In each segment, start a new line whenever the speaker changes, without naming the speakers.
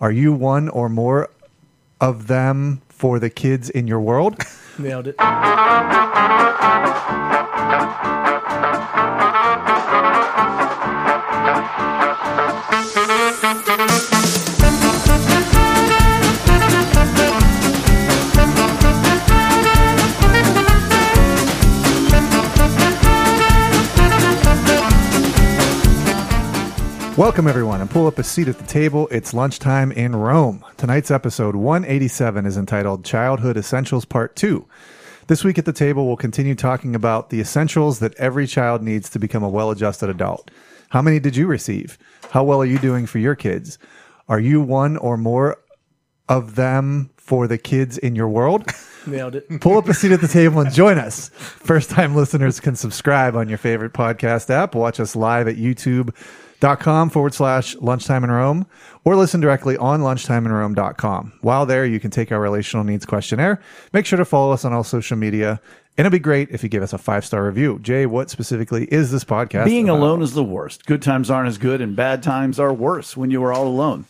Are you one or more of them for the kids in your world?
Nailed it.
Welcome, everyone, and pull up a seat at the table. It's lunchtime in Rome. Tonight's episode 187 is entitled Childhood Essentials Part 2. This week at the table, we'll continue talking about the essentials that every child needs to become a well adjusted adult. How many did you receive? How well are you doing for your kids? Are you one or more of them for the kids in your world?
Nailed it.
pull up a seat at the table and join us. First time listeners can subscribe on your favorite podcast app, watch us live at youtube.com forward slash lunchtime in Rome, or listen directly on lunchtimeinrome.com. While there, you can take our relational needs questionnaire. Make sure to follow us on all social media. And it'd be great if you give us a five star review. Jay, what specifically is this podcast?
Being
about?
alone is the worst. Good times aren't as good, and bad times are worse when you are all alone.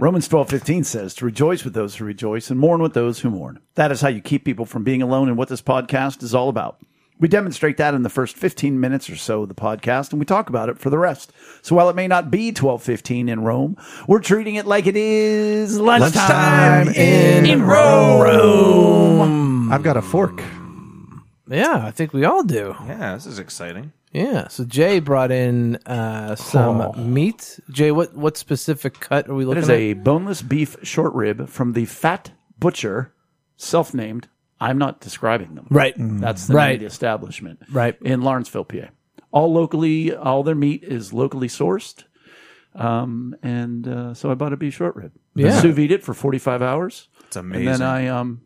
Romans twelve fifteen says, To rejoice with those who rejoice and mourn with those who mourn. That is how you keep people from being alone and what this podcast is all about. We demonstrate that in the first 15 minutes or so of the podcast, and we talk about it for the rest. So while it may not be 1215 in Rome, we're treating it like it is lunchtime,
Lunchtime
in,
in
Rome.
I've got a fork.
Yeah, I think we all do.
Yeah, this is exciting.
Yeah. So Jay brought in uh, some
Oh.
meat. Jay, what what specific cut are we
It
looking
is
at?
a boneless beef short rib from the Fat Butcher, self named. I'm not describing them.
right.
That's the
Right.
name of the establishment.
Right.
In Lawrenceville, PA. All locally, all their meat is locally sourced. Um, and uh, so I bought a beef short rib.
Yeah.
I sous vide it for 45 hours.
It's amazing.
And then I um,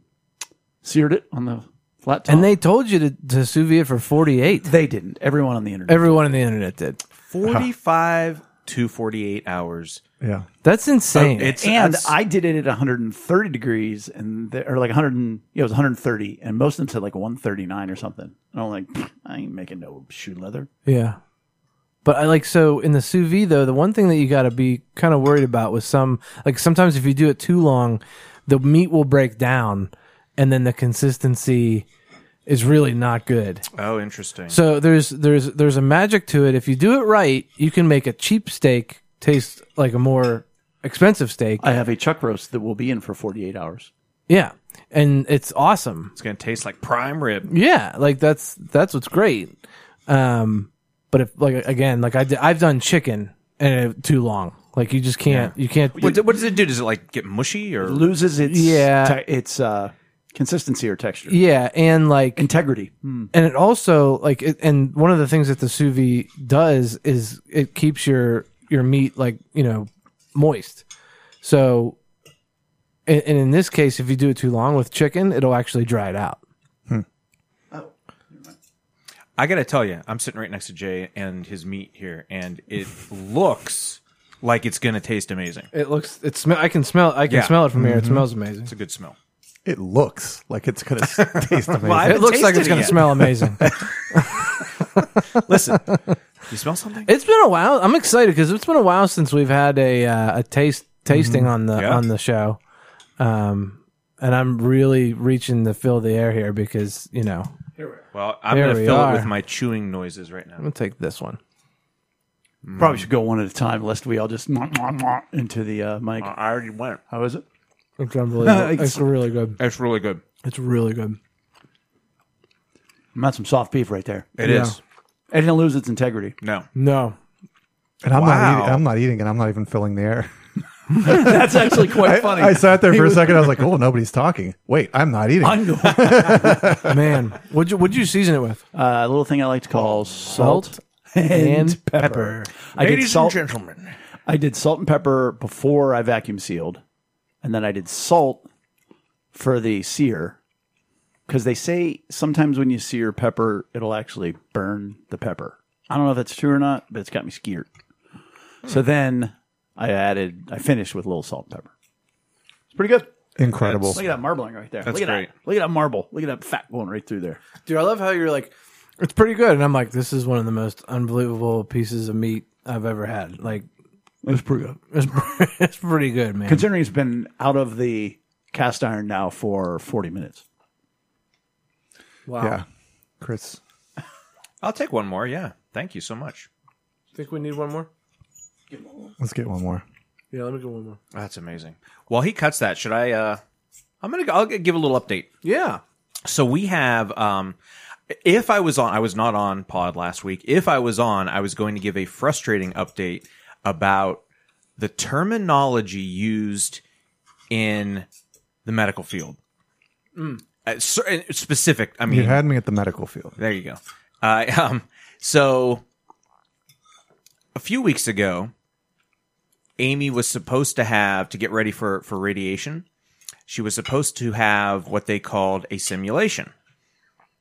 seared it on the flat top.
And they told you to, to sous vide for forty eight.
they didn't. Everyone on the internet.
Everyone on the internet did.
45 to 48 hours.
Yeah.
That's insane.
It's
and
that's-
I did it at 130 degrees, and the, or like 100, and, yeah, it was 130, and most of them said like 139 or something. And I'm like, "Pfft, I ain't making no shoe leather.
yeah. But I like so in the sous vide though, the one thing that you got to be kind of worried about was some like sometimes if you do it too long, the meat will break down, and then the consistency is really not good.
oh, interesting.
So there's there's there's a magic to it. If you do it right, you can make a cheap steak taste like a more expensive steak.
I have a chuck roast that will be in for 48 hours.
yeah, and it's awesome.
it's going to taste like prime rib.
Yeah, like that's that's what's great. Um, but if like again, like I did, I've done chicken and it, too long. Like you just can't you can't.
What, what does it do? Does it like get mushy or?
It loses its
Yeah.
te- its uh, consistency or texture.
yeah, and like
Integrity.
and it also like it, and one of the things that the sous vide does is it keeps your your meat like you know moist so and, and in this case if you do it too long with chicken it'll actually dry it out
I got to tell you, I'm sitting right next to Jay and his meat here, and it looks like it's going to taste amazing.
it looks it smell i can smell i can
Yeah. Mm-hmm.
smell it from here it smells amazing
It's a good smell.
It looks like it's going to taste amazing.
I
it
haven't
looks like
tasted
it's
it
going to
yet.
smell amazing
Listen, you smell something?
it's been a while i'm excited because it's been a while since we've had a uh, a taste tasting on the
Mm-hmm. Yeah.
on the show um and i'm really reaching to fill the air here because you know
Well, I'm
Here
going
we
to fill
are.
it with my chewing noises right
i'm
now.
going to take this one
Probably should go one at a time, lest we all just mwah, mwah, mwah into the uh, mic.
I already went.
How is it?
It's unbelievable.
It's-
it's really good.
It's really good.
It's really good.
I'm at some soft beef right there.
It is.
Yeah.
It didn't lose its integrity.
No.
No.
And I'm not
Wow.
eating, I'm not eating it. I'm not even filling the air.
That's actually quite
I, I sat there for a second. I was like, "Oh, nobody's talking." Wait, I'm not eating.
I'm going-
Man, what'd you, what'd you season it with?
uh, a little thing I like to call salt,
and
pepper. I did salt.
gentlemen.
I did salt and pepper before I vacuum sealed, and then I did salt for the sear because they say sometimes when you sear pepper, it'll actually burn the pepper. I don't know if that's true or not, but it's got me scared. So then I added, I finished with a little salt and pepper. It's pretty good.
Incredible.
Look at that marbling right there.
That's
Look at
great.
that. Look at that marble. Look at that fat going right through there.
Dude, I love how you're like, it's pretty good. And I'm like, this is one of the most unbelievable pieces of meat I've ever had. Like,
That's pretty good.
It's, it's pretty good, man.
Considering it's been out of the cast iron now for 40 minutes.
Wow.
Yeah. Chris.
I'll take one more. Yeah. Thank you so much.
Think we need one more?
Let's get one more.
Yeah, let me get one more.
That's amazing. While he cuts that, should I? Uh, I'm gonna. I'll give a little update.
Yeah.
So we have, um, if I was on, I was not on pod last week. If I was on, I was going to give a frustrating update about the terminology used in the medical field. Uh, cer- specific, I mean,
You had me at the medical field.
there you go. Uh, um, so a few weeks ago, Amy was supposed to have to get ready for for radiation. She was supposed to have what they called a simulation.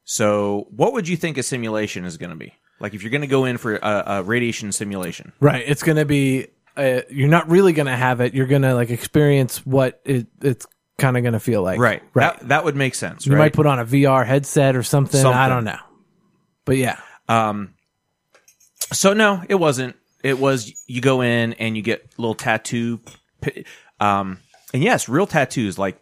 So, what would you think a simulation is going to be? Like, if you're going to go in for a, a radiation simulation,
Right. It's going to be, uh, you're not really going to have it. You're going to like experience what it, it's kind of going to feel like.
right?
Right.
That, that would make sense,
you
right?
might put on a VR headset or something. I
Something.
don't know. But yeah.
So no, it wasn't. It was you go in and you get little tattoo, pi- um, and yes, real tattoos like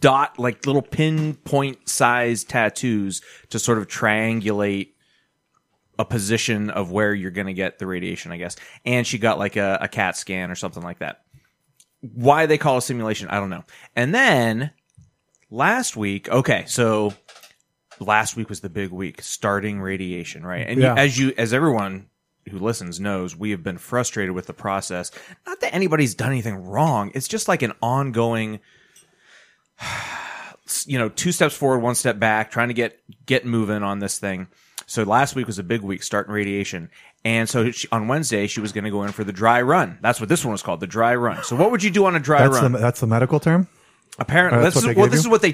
dot like little pinpoint size tattoos to sort of triangulate a position of where you're going to get the radiation, I guess. And she got like a, a CAT scan or something like that. Why they call it simulation, I don't know. And then last week, okay, so last week was the big week, starting radiation, right? And you-
Yeah.
as you, as everyone who listens knows, we have been frustrated with the process. Not that anybody's done anything wrong. It's just like an ongoing you know two steps forward one step back trying to get get moving on this thing so last week was a big week starting radiation and so she, on wednesday she was going to go in for the dry run that's what this one was called the dry run so what would you do on a dry
That's the,
run
that's the medical term?
apparently
uh, that's
this,
what
is,
they
well,
gave
this
you? Mm-hmm.
is what they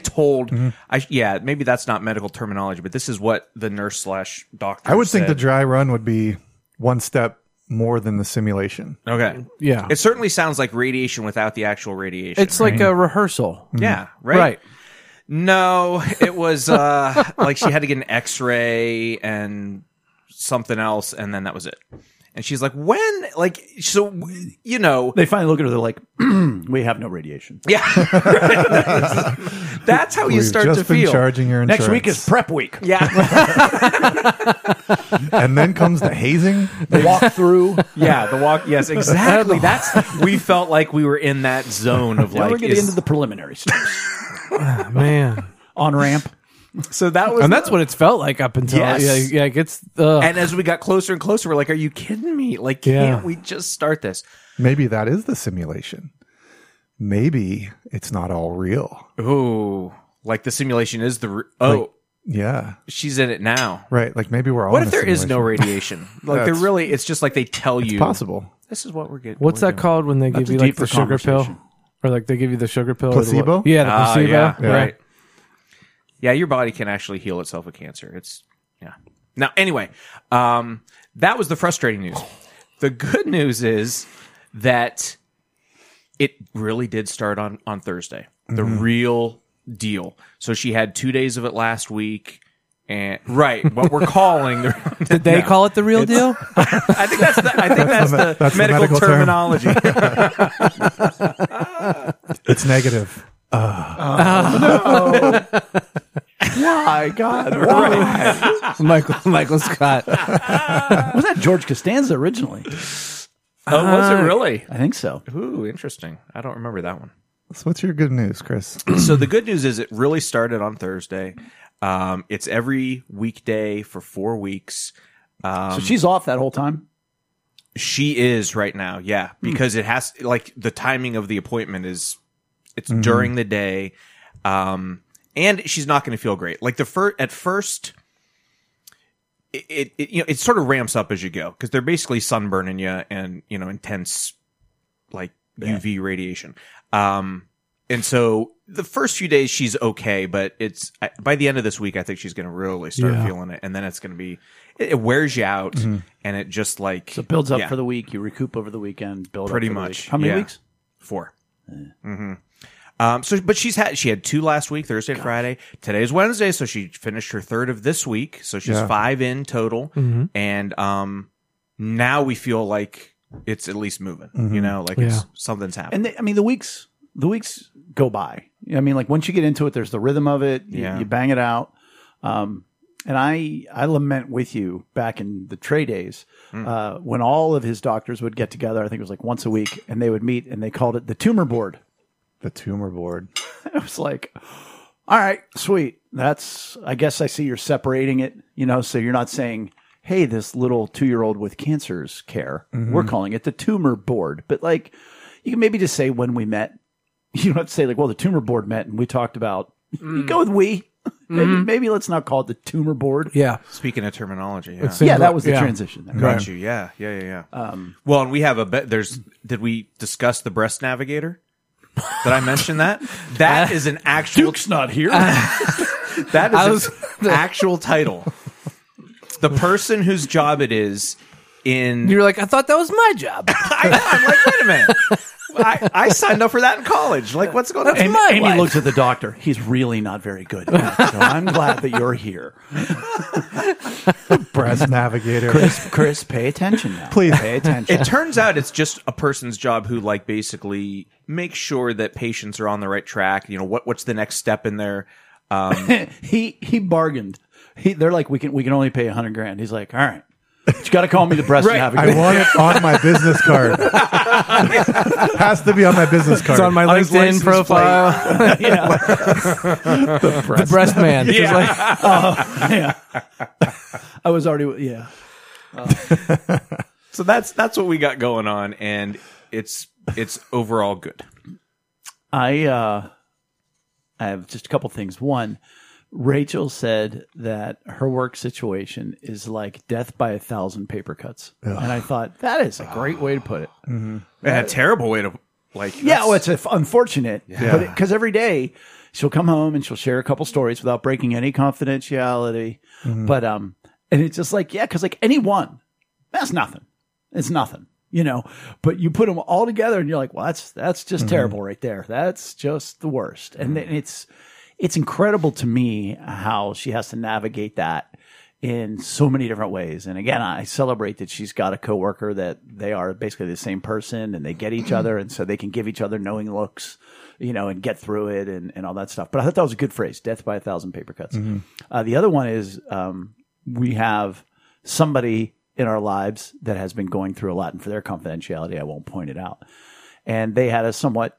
told I, yeah maybe that's not medical terminology but this is what the nurse slash doctor
I would think the
said.
dry run would be one step more than the simulation.
okay
Yeah.
it certainly sounds like radiation without the actual radiation
It's like a rehearsal.
mm,
yeah right
Right.
No, it was uh like she had to get an x-ray and something else and then that was it. And she's like, "When like so w- you know,
They finally look at her, they're like, we have no radiation.
yeah. That's how you
We've
start
just
to
been
feel.
charging your
Next
insurance.
week is prep week.
yeah.
and then comes the hazing.
The walk through.
Yeah, the walk yes, exactly. That's we felt like we were in that zone of
now we're
like
getting
is-
into the preliminary steps. Ah,
Man.
On ramp.
so that was
And that's what it's felt like up until
Yes.
yeah, yeah, it gets uh,
and as we got closer and closer, we're like, "Are you kidding me? Like, can't
Yeah.
we just start this?"
Maybe that is the simulation. Maybe it's not all real.
Ooh, like the simulation is the re- oh,
Yeah.
she's in it now.
Right. Like maybe we're all.
What
in
if
a
there is no
simulation.
radiation? Like there
That's-
really, it's just like they tell you.
possible
This is what we're getting.
what's
we're
that called when they give
That's
you
a
like the
deeper
sugar pill
conversation.
or like they give you the sugar pill or the-
Placebo?
yeah, the
doing. Ah,
placebo.
yeah,
Yeah.
right. Yeah, your body can actually heal itself of cancer. It's yeah. Now, anyway, um, that was the frustrating news. The good news is that it really did start on on Thursday. The
Mm-hmm.
real deal. So she had two days of it last week. And right, what we're calling the,
Did they call it the real deal?
I think that's the, I think that's,
the
the,
me- that's the
medical,
medical term.
terminology.
It's negative.
My God. Why?
Michael Michael Scott.
Was that George Costanza originally?
oh, was it really?
I think so.
Ooh, interesting. I don't remember that one.
So what's your good news, Chris?
so the good news is it really started on Thursday. Um, it's every weekday for four weeks.
so
Um,
she's off that whole time.
She is right now, yeah, because it has like the timing of the appointment is it's during the day, um, and she's not going to feel great. Like the first at first. It, it, it you know it sort of ramps up as you go because they're basically sunburning you and you know intense like UV radiation. Um, and so the first few days she's okay, but it's I- by the end of this week, I think she's going to really start feeling it, and then it's going to be it, it wears you out, and it just like
So it builds up
Yeah.
for the week. You recoup over the weekend. Build
Pretty
up for the
much,
week. How many
yeah.
weeks?
4 Mm-hmm. Um, so, but she's had she had two last week, Thursday, and Friday. Today's Wednesday, so she finished her third of this week. So she's
Yeah.
Mm-hmm.
five in total, and um, now we feel like it's at least moving. You know, like it's, something's happening.
and they, I mean the weeks the weeks go by. I mean, like once you get into it, there's the rhythm of it. You,
Yeah.
you bang it out. Um, and I I lament with you back in the Trey days uh, when all of his doctors would get together. I think it was like once a week, and they would meet, and they called it the tumor board.
The tumor board.
I was like, all right, sweet. That's I guess I see you're separating it. You know, so you're not saying. Hey, this little two year old with cancer's care. We're calling it the tumor board. But like, you can maybe just say when we met, you don't have to say like, well, the tumor board met and we talked about. You go with we. Maybe, maybe let's not call it the tumor board.
Yeah.
Speaking of terminology, yeah.
Yeah, that was the
Yeah.
transition. There.
Got you. Yeah, yeah, yeah, yeah. well, and we have a be- there's did we discuss the breast navigator? Did I mention that? That is an actual
Duke's not here.
that
I
is
was-
an actual title. The person whose job it is in
You're like, I thought that was my job.
I know, I'm like, wait a minute. I, I signed up for that in college. Like, what's going on?
Amy,
my
Amy
wife.
looks at the doctor. He's really not very good. so I'm glad that you're here.
Breast navigator.
Chris, Chris, pay attention now.
Please.
pay attention.
It turns out it's just a person's job who like basically makes sure that patients are on the right track. You know what what's the next step in their um,
he he bargained. He, they're like, we can we can only pay a hundred grand. He's like, all right, but you got to call me the breast
Right.
I
navigator.
want it on my business card. Has to be on my business card.
It's on my
On his
LinkedIn
license
profile.
yeah,
the breast man. Just
Yeah.
like-
yeah. I was already yeah.
So that's that's what we got going on, and it's it's overall good.
I uh, I have just a couple things. One, Rachel said that her work situation is like death by a thousand paper cuts, and I thought that is a great way to put it.
And a terrible way to like.
Yeah,
that's-
well, it's f- unfortunate, because every day she'll come home and she'll share a couple stories without breaking any confidentiality. But um, and it's just like yeah, because like any one, that's nothing. It's nothing, you know. But you put them all together, and you're like, well, that's that's just terrible right there. That's just the worst. And then it's it's incredible to me how she has to navigate that in so many different ways. And again, I celebrate that she's got a coworker that they are basically the same person and they get each other. And so they can give each other knowing looks, you know, and get through it and, and all that stuff. But I thought that was a good phrase death by a thousand paper cuts. Uh, the other one is um, we have somebody in our lives that has been going through a lot. And for their confidentiality, I won't point it out. And they had a somewhat,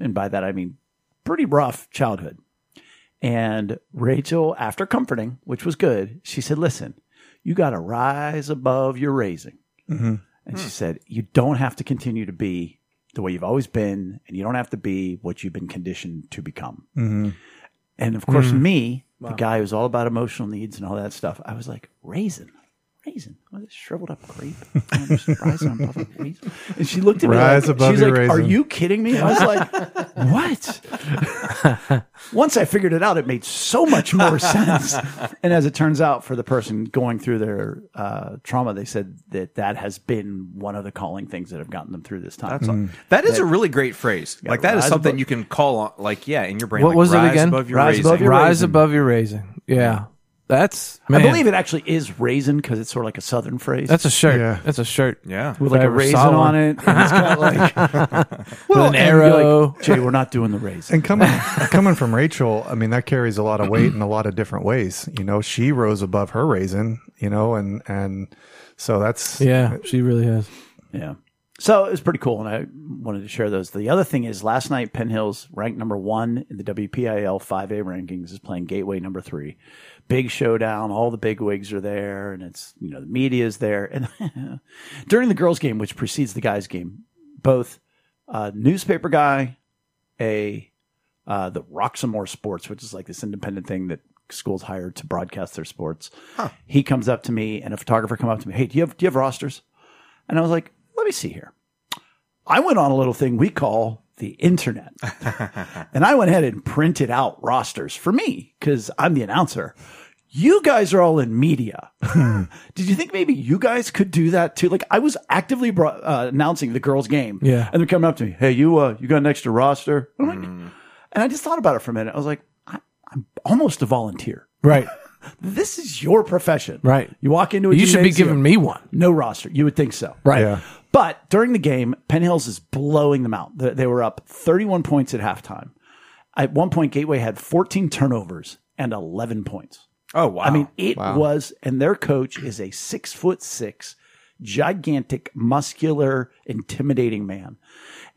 and by that I mean pretty rough childhood. And Rachel, after comforting, which was good, she said, Listen, you got to rise above your raising. And she said, You don't have to continue to be the way you've always been, and you don't have to be what you've been conditioned to become.
Mm-hmm,
And of course,
Mm.
me, the guy who's all about emotional needs and all that stuff, I was like, Raisin. Raisin, what is this shriveled up grape? I'm just rising above a raisin. And she looked at me.
Rise
like,
above
she's
your
like, Are
raisin."
you kidding me? I was like, What? once I figured it out, it made so much more sense. And as it turns out, for the person going through their uh, trauma, they said that that has been one of the calling things that have gotten them through this time.
that is a really great phrase. Like that is
rise
something
above-
you can call on. Like yeah, in your brain.
What
like,
was it
rise
again?
Above your
Rise
raising.
above your-
Rise
raising.
above your raising. Yeah. That's
I
man,
believe it actually is raisin because it's sort of like a southern phrase.
That's a shirt.
Yeah.
That's a shirt.
yeah.
with like
if I
a
ever
raisin
saw
on
one.
it. And it's got like
With an
and you're like,
arrow.
Jay, we're not doing the raisin.
And coming coming from Rachel, I mean that carries a lot of weight in a lot of different ways. You know, she rose above her raisin. You know, and and so that's
Yeah, she really has.
Yeah. So it was pretty cool, and I wanted to share those. The other thing is, last night Penn Hills, ranked number one in the WPIL 5A rankings, is playing Gateway number three. Big showdown. All the big wigs are there, and it's you know the media is there. And during the girls' game, which precedes the guys' game, both a newspaper guy, a uh, the Roxamore Sports, which is like this independent thing that schools hire to broadcast their sports. He comes up to me, and a photographer come up to me. Hey, do you have do you have rosters? And I was like, let me see here. I went on a little thing we call the internet. and I went ahead and printed out rosters for me because I'm the announcer. You guys are all in media. Did you think maybe you guys could do that too? Like I was actively bro- uh, announcing the girls' game,
Yeah.
and they're coming up to me, "Hey, you, uh, you got an extra roster?" And I'm like- and I just thought about it for a minute. I was like, I, I'm almost a volunteer.
Right.
This is your profession,
Right.
You walk into a
you should be
gymnasium,
giving me one.
no roster. You would think so,
Right.
Yeah.
But during the game, Penn Hills is blowing them out. They they were up 31 points at halftime. At one point, Gateway had 14 turnovers and 11 points.
Oh wow!
I mean, it was, and their coach is a six foot six, gigantic, muscular, intimidating man.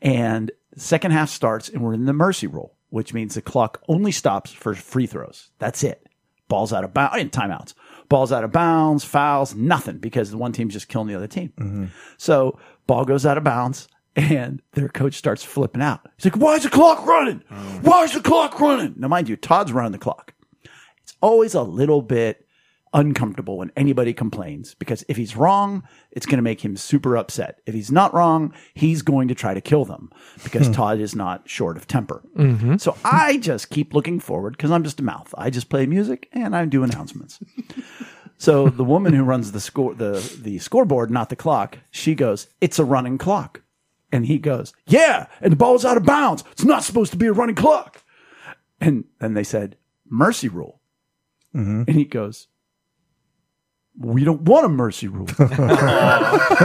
And second half starts, and we're in the mercy rule, which means the clock only stops for free throws. That's it. Balls out of bounds and timeouts. Balls out of bounds, fouls, nothing because the one team's just killing the other team.
Mm-hmm.
So ball goes out of bounds. And their coach starts flipping out. He's like, why is the clock running?
Oh.
Why is the clock running? Now, mind you, Todd's running the clock always a little bit uncomfortable when anybody complains because if he's wrong, it's going to make him super upset. If he's not wrong, he's going to try to kill them because Todd is not short of temper. So I just keep looking forward because I'm just a mouth. I just play music and I do announcements. so the woman who runs the score, the, the scoreboard, not the clock, she goes, it's a running clock. And he goes, yeah. And the ball's out of bounds. It's not supposed to be a running clock. And then they said, mercy rule. And he goes, We don't want a mercy rule.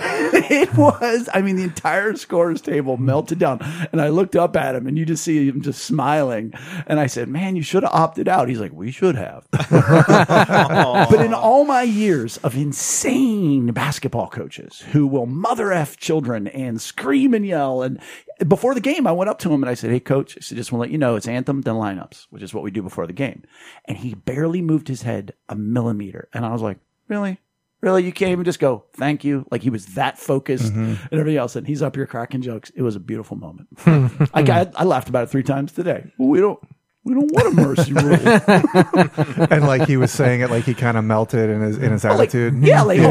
it was, I mean, the entire scorer's table melted down. And I looked up at him and you just see him just smiling. And I said, Man, you should have opted out. He's like, We should have. but in all my years of insane basketball coaches who will mother F children and scream and yell. And before the game, I went up to him and I said, Hey, coach, I said, just want to let you know it's anthem, then lineups, which is what we do before the game. And he barely moved his head a millimeter. And I was like, Really? Really? You can't even just go, Thank you. Like he was that focused and everything else. And he's up here cracking jokes. It was a beautiful moment. I, got, I laughed about it three times today. We don't. We don't want a mercy rule.
and like he was saying it, like he kind of melted in his in his
like,
attitude.
yeah, like, oh,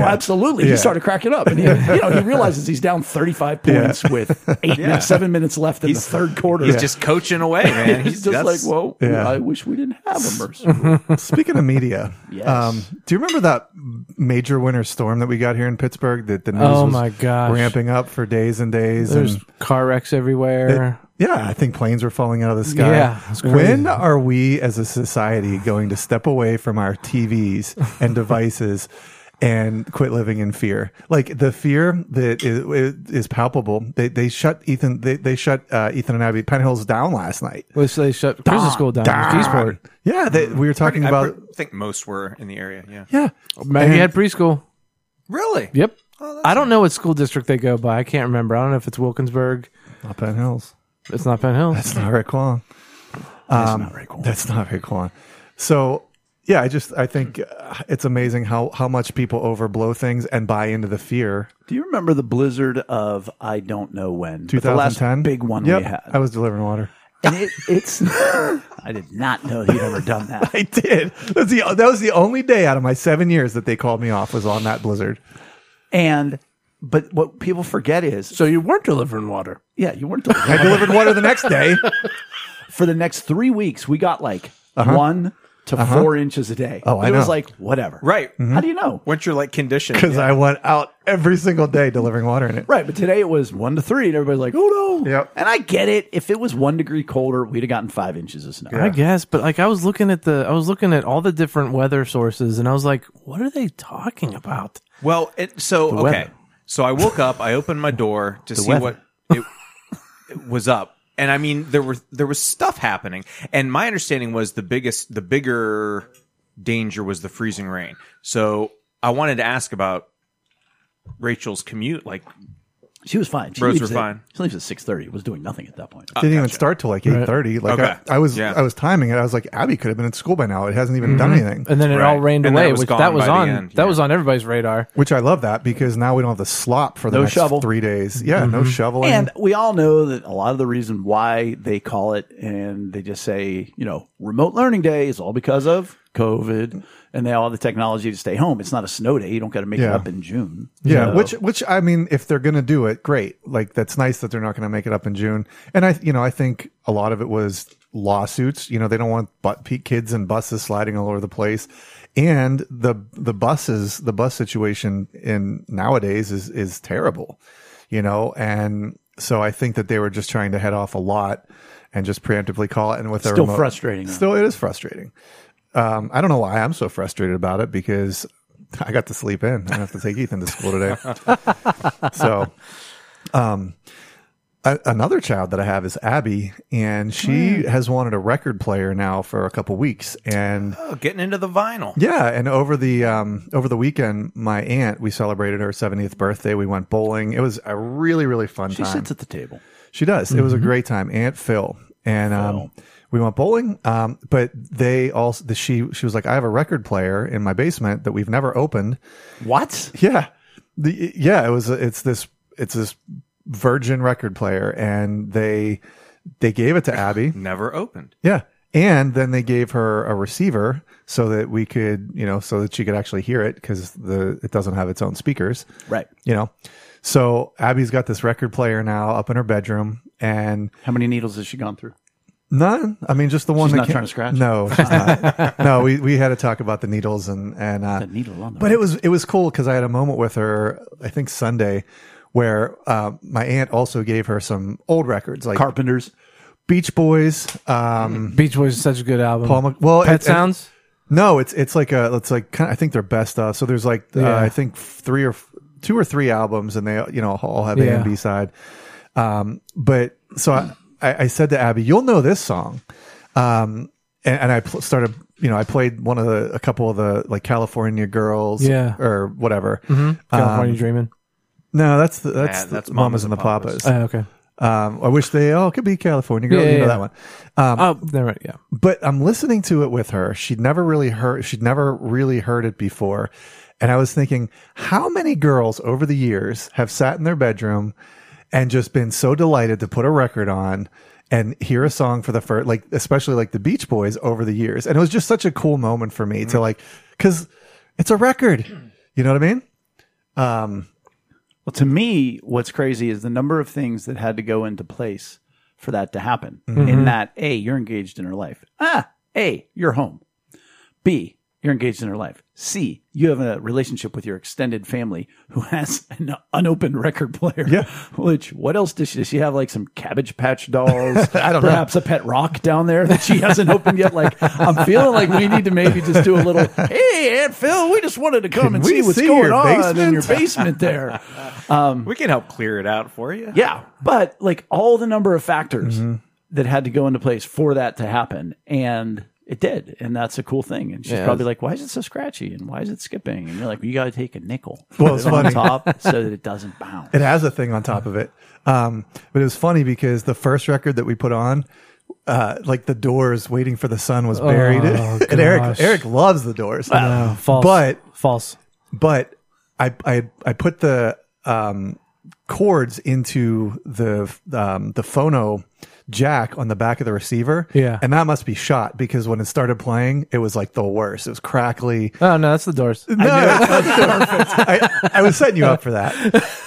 absolutely.
Yeah.
He started cracking up, and he, you know, he realizes he's down 35 points with eight, seven minutes left in the third quarter.
he's just coaching away, man.
he's just like,
well,
well,
Yeah. Mm-hmm.
I wish we didn't have a mercy. rule."
Speaking of media, um,
Yes.
do you remember that major winter storm that we got here in Pittsburgh? That the news
Oh
was
my gosh.
ramping up for days and days.
There's
and
car wrecks everywhere.
yeah, I think planes were falling out of the sky.
Yeah, it's crazy.
when are we as a society going to step away from our TVs and devices? And quit living in fear. Like the fear that is, is palpable. They, they shut Ethan. They, they shut uh, Ethan and Abby Penhills down last night.
Let's say shut prison school down. in Keysport.
Yeah, they, we were talking
I
about.
pr- think most were in the area. Yeah,
yeah,
Maggie
And-
had preschool.
really.
Mm-hmm.
Yep. I don't know what school district they go by. I can't remember. I don't know if it's Wilkinsburg.
Not Penn Hills.
It's not Penn Hill.
That's not Rick Long. Um,
That's not right. Cool.
That's not Rick Long. So yeah, I just I think uh, it's amazing how how much people overblow things and buy into the fear.
Do you remember the blizzard of I don't know when? but the last
2010
big one
Yep,
we had.
I was delivering water.
and it, it's. I did not know you'd ever done that.
I did. That's the that was the only day out of my seven years that they called me off was on that blizzard.
And but what people forget is,
So you weren't delivering water.
yeah, you weren't.
I delivered water the next day.
for the next three weeks, we got like one to four inches a day.
Uh-huh. Oh, I
it was
know.
like whatever.
Right.
How do you know?
Once you're like conditioned,
Because I went out every single day delivering water in it.
Right, but today it was one to three, and everybody's like, "Oh no!"
Yep.
And I get it. If it was one degree colder, we'd have gotten five inches of snow.
I guess, but like I was looking at the I was looking at all the different weather sources and I was like, what are they talking about?
Well, it, so okay.
weather.
So I woke up. I opened my door to see
weather.
what it, it was up, and I mean there were there was stuff happening. And my understanding was the biggest, the bigger danger was the freezing rain. So I wanted to ask about Rachel's commute. Like,
She was fine. She
Roads
leaves
were
at-
fine.
She leaves at six thirty. Was doing nothing at that point.
Didn't even start till like eight thirty. Like
Okay.
I, I was,
Yeah.
I was timing it. I was like, Abby could have been in school by now. It hasn't even done anything.
And then it all
Right.
rained
And then
away,
it was
which
gone
that was
by the
on
end,
that
yeah.
was on everybody's radar.
Which I love that because now we don't have the slop for the
No
next
shovel.
three days. Yeah, no shoveling.
And we all know that a lot of the reason why they call it and they just say, you know, remote learning day is all because of COVID and they all have the technology to stay home. It's not a snow day. You don't got to make it
Yeah.
up in June.
yeah,
So-
which which I mean, if they're gonna do it, great. Like that's nice that they're not gonna make it up in June. And I, you know, I think a lot of it was lawsuits. You know, they don't want butt pe- kids and buses sliding all over the place. And the the buses, the bus situation in nowadays is is terrible. You know, and so I think that they were just trying to head off a lot and just preemptively call it. And with their
still
remote-
frustrating. though.
Still, it is frustrating. Um, I don't know why I'm so frustrated about it because I got to sleep in. I don't have to take Ethan to school today. so, um, a- another child that I have is Abby, and she has wanted a record player now for a couple weeks, and
Oh, getting into the vinyl.
yeah, and over the um over the weekend, my aunt we celebrated her 70th birthday. We went bowling. It was a really really fun
She
time.
sits at the table.
She does. It was a great time. Aunt Mm-hmm. Phil and um, we went bowling. Um, but they also the, she she was like, I have a record player in my basement that we've never opened.
What?
Yeah, the yeah it was it's this it's this Virgin record player, and they they gave it to Abby.
Never opened.
Yeah. And then they gave her a receiver so that we could, you know, so that she could actually hear it because the it doesn't have its own speakers,
Right.
you know. So Abby's got this record player now up in her bedroom, and
How many needles has she gone through?
None. I mean, just the one
She's
that
not
came-
trying to scratch?
No, she's not. no, we, we had to talk about the needles and and uh,
That needle on the
but it was it was cool because I had a moment with her. I think Sunday, where uh, my aunt also gave her some old records like
carpenters.
Beach Boys.
Mm-hmm.
Um,
Beach Boys is such a good album.
Paul Mc- well,
Pet
it- it-
Sounds.
no, it's it's like a it's like kind of, I think their best of. So there's like uh,
Yeah.
I think three or f- two or three albums, and they you know all have A
Yeah.
and B side. Um, but so I, I I said to Abby, you'll know this song, um, and, and I pl- started you know I played one of the a couple of the like California Girls,
Yeah. Mm-hmm.
or whatever.
California Dreamin'.
No, that's the, that's
Yeah,
the
that's
Mamas and the Papas.
Oh, okay.
Um, I wish they all could be California Girls.
Yeah,
you know
yeah,
that
yeah.
one.
Oh, never mind. Yeah.
but I'm listening to it with her. She'd never really heard she'd never really heard it before. And I was thinking, how many girls over the years have sat in their bedroom and just been so delighted to put a record on and hear a song for the first like especially like the Beach Boys over the years. And it was just such a cool moment for me to like cuz it's a record. You know what I mean? Um,
Well, to me, what's crazy is the number of things that had to go into place for that to happen.
Mm-hmm.
In that, A, you're engaged in her life. Ah, A, you're home. B, you're engaged in her life. C, you have a relationship with your extended family who has an unopened record player.
Yeah.
Which, what else does she, does she have? Like some Cabbage Patch dolls?
I don't know.
Perhaps a pet rock down there that she hasn't opened yet. Like, I'm feeling like we need to maybe just do a little, hey, Aunt Phil, we just wanted to come and
we
see what's
see
going
your
on in
basement?"
your basement there.
We can help clear it out for you.
Yeah, but like all the number of factors
Mm-hmm.
that had to go into place for that to happen, and it did, and that's a cool thing. And she's probably like, "Why is it so scratchy? And why is it skipping?" And you're like, well, "You got to take a nickel,
Well,
put
it's
it on
funny.
top so that it doesn't bounce."
It has a thing on top of it. Um, but it was funny because the first record that we put on, uh, like the Doors, "Waiting for the Sun" was buried,
Oh,
and Eric
gosh.
Eric loves the Doors,
No, false.
But-
false.
but I I I put the um, chords into the um, the phono jack on the back of the receiver,
Yeah.
and that must be shot because when it started playing, it was like the worst. It was crackly.
Oh no, that's the Doors.
No, I, I was setting you up for that,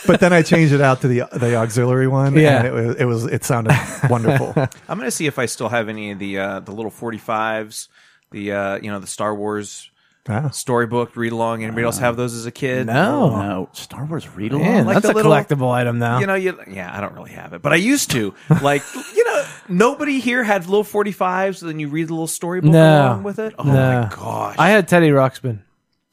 but then I changed it out to the the auxiliary one.
Yeah.
and it was it was it sounded wonderful.
I'm gonna see if I still have any of the uh, the little 45s, the uh, you know the Star Wars
Ah.
storybook read along. Anybody else have those as a kid?
No.
no, Star Wars read along.
oh. Man,
like
that's
the
a
little-
collectible item now.
You know, you yeah, I don't really have it, but I used to. Like, you know, nobody here had little 45s. So then you read the little storybook
No.
along with it. Oh
No.
my gosh.
I had Teddy Ruxpin.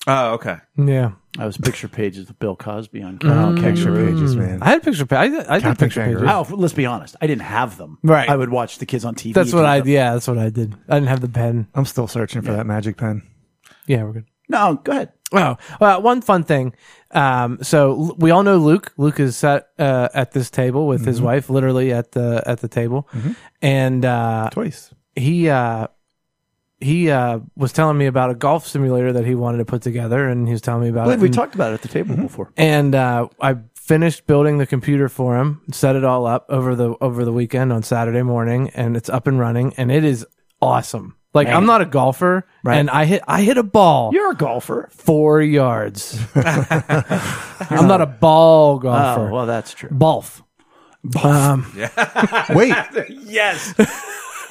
oh, okay.
Yeah.
I was picture pages with Bill Cosby on
Mm.
Count
Picture pages, man.
I had picture pa- I did, I did
Captain
picture
Kangaroo.
pages.
Oh, let's be honest. I didn't have them.
Right.
I would watch the kids on TV.
That's what
do
I
them.
yeah, that's what I did. I didn't have the pen.
I'm still searching for that magic pen.
Yeah, we're good.
No, go ahead.
Oh, well, one fun thing. Um, so Lu- we all know Luke. Luke is sat uh, at this table with his wife, literally at the at the table, and uh,
Twice.
he uh, he uh, was telling me about a golf simulator that he wanted to put together, and he was telling me about
I believe
it.
we
and-
talked about it at the table
Mm-hmm.
before.
and uh, I finished building the computer for him, set it all up over the over the weekend on Saturday morning, and it's up and running, and it is awesome. Like I'm not a golfer, and I hit I hit a ball
You're a golfer.
four yards. I'm not a ball golfer.
Oh, well, that's true.
Balf. Um,
Wait,
Yes.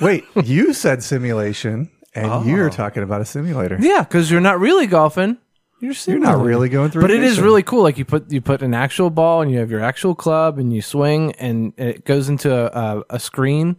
wait. You said simulation, and you're talking about a simulator.
Oh. yeah, because you're not really golfing. You're
You're
simulating.
not really going through,
But it
a
is
mission.
really cool. Like you put you put an actual ball and you have your actual club and you swing and it goes into a, a, a screen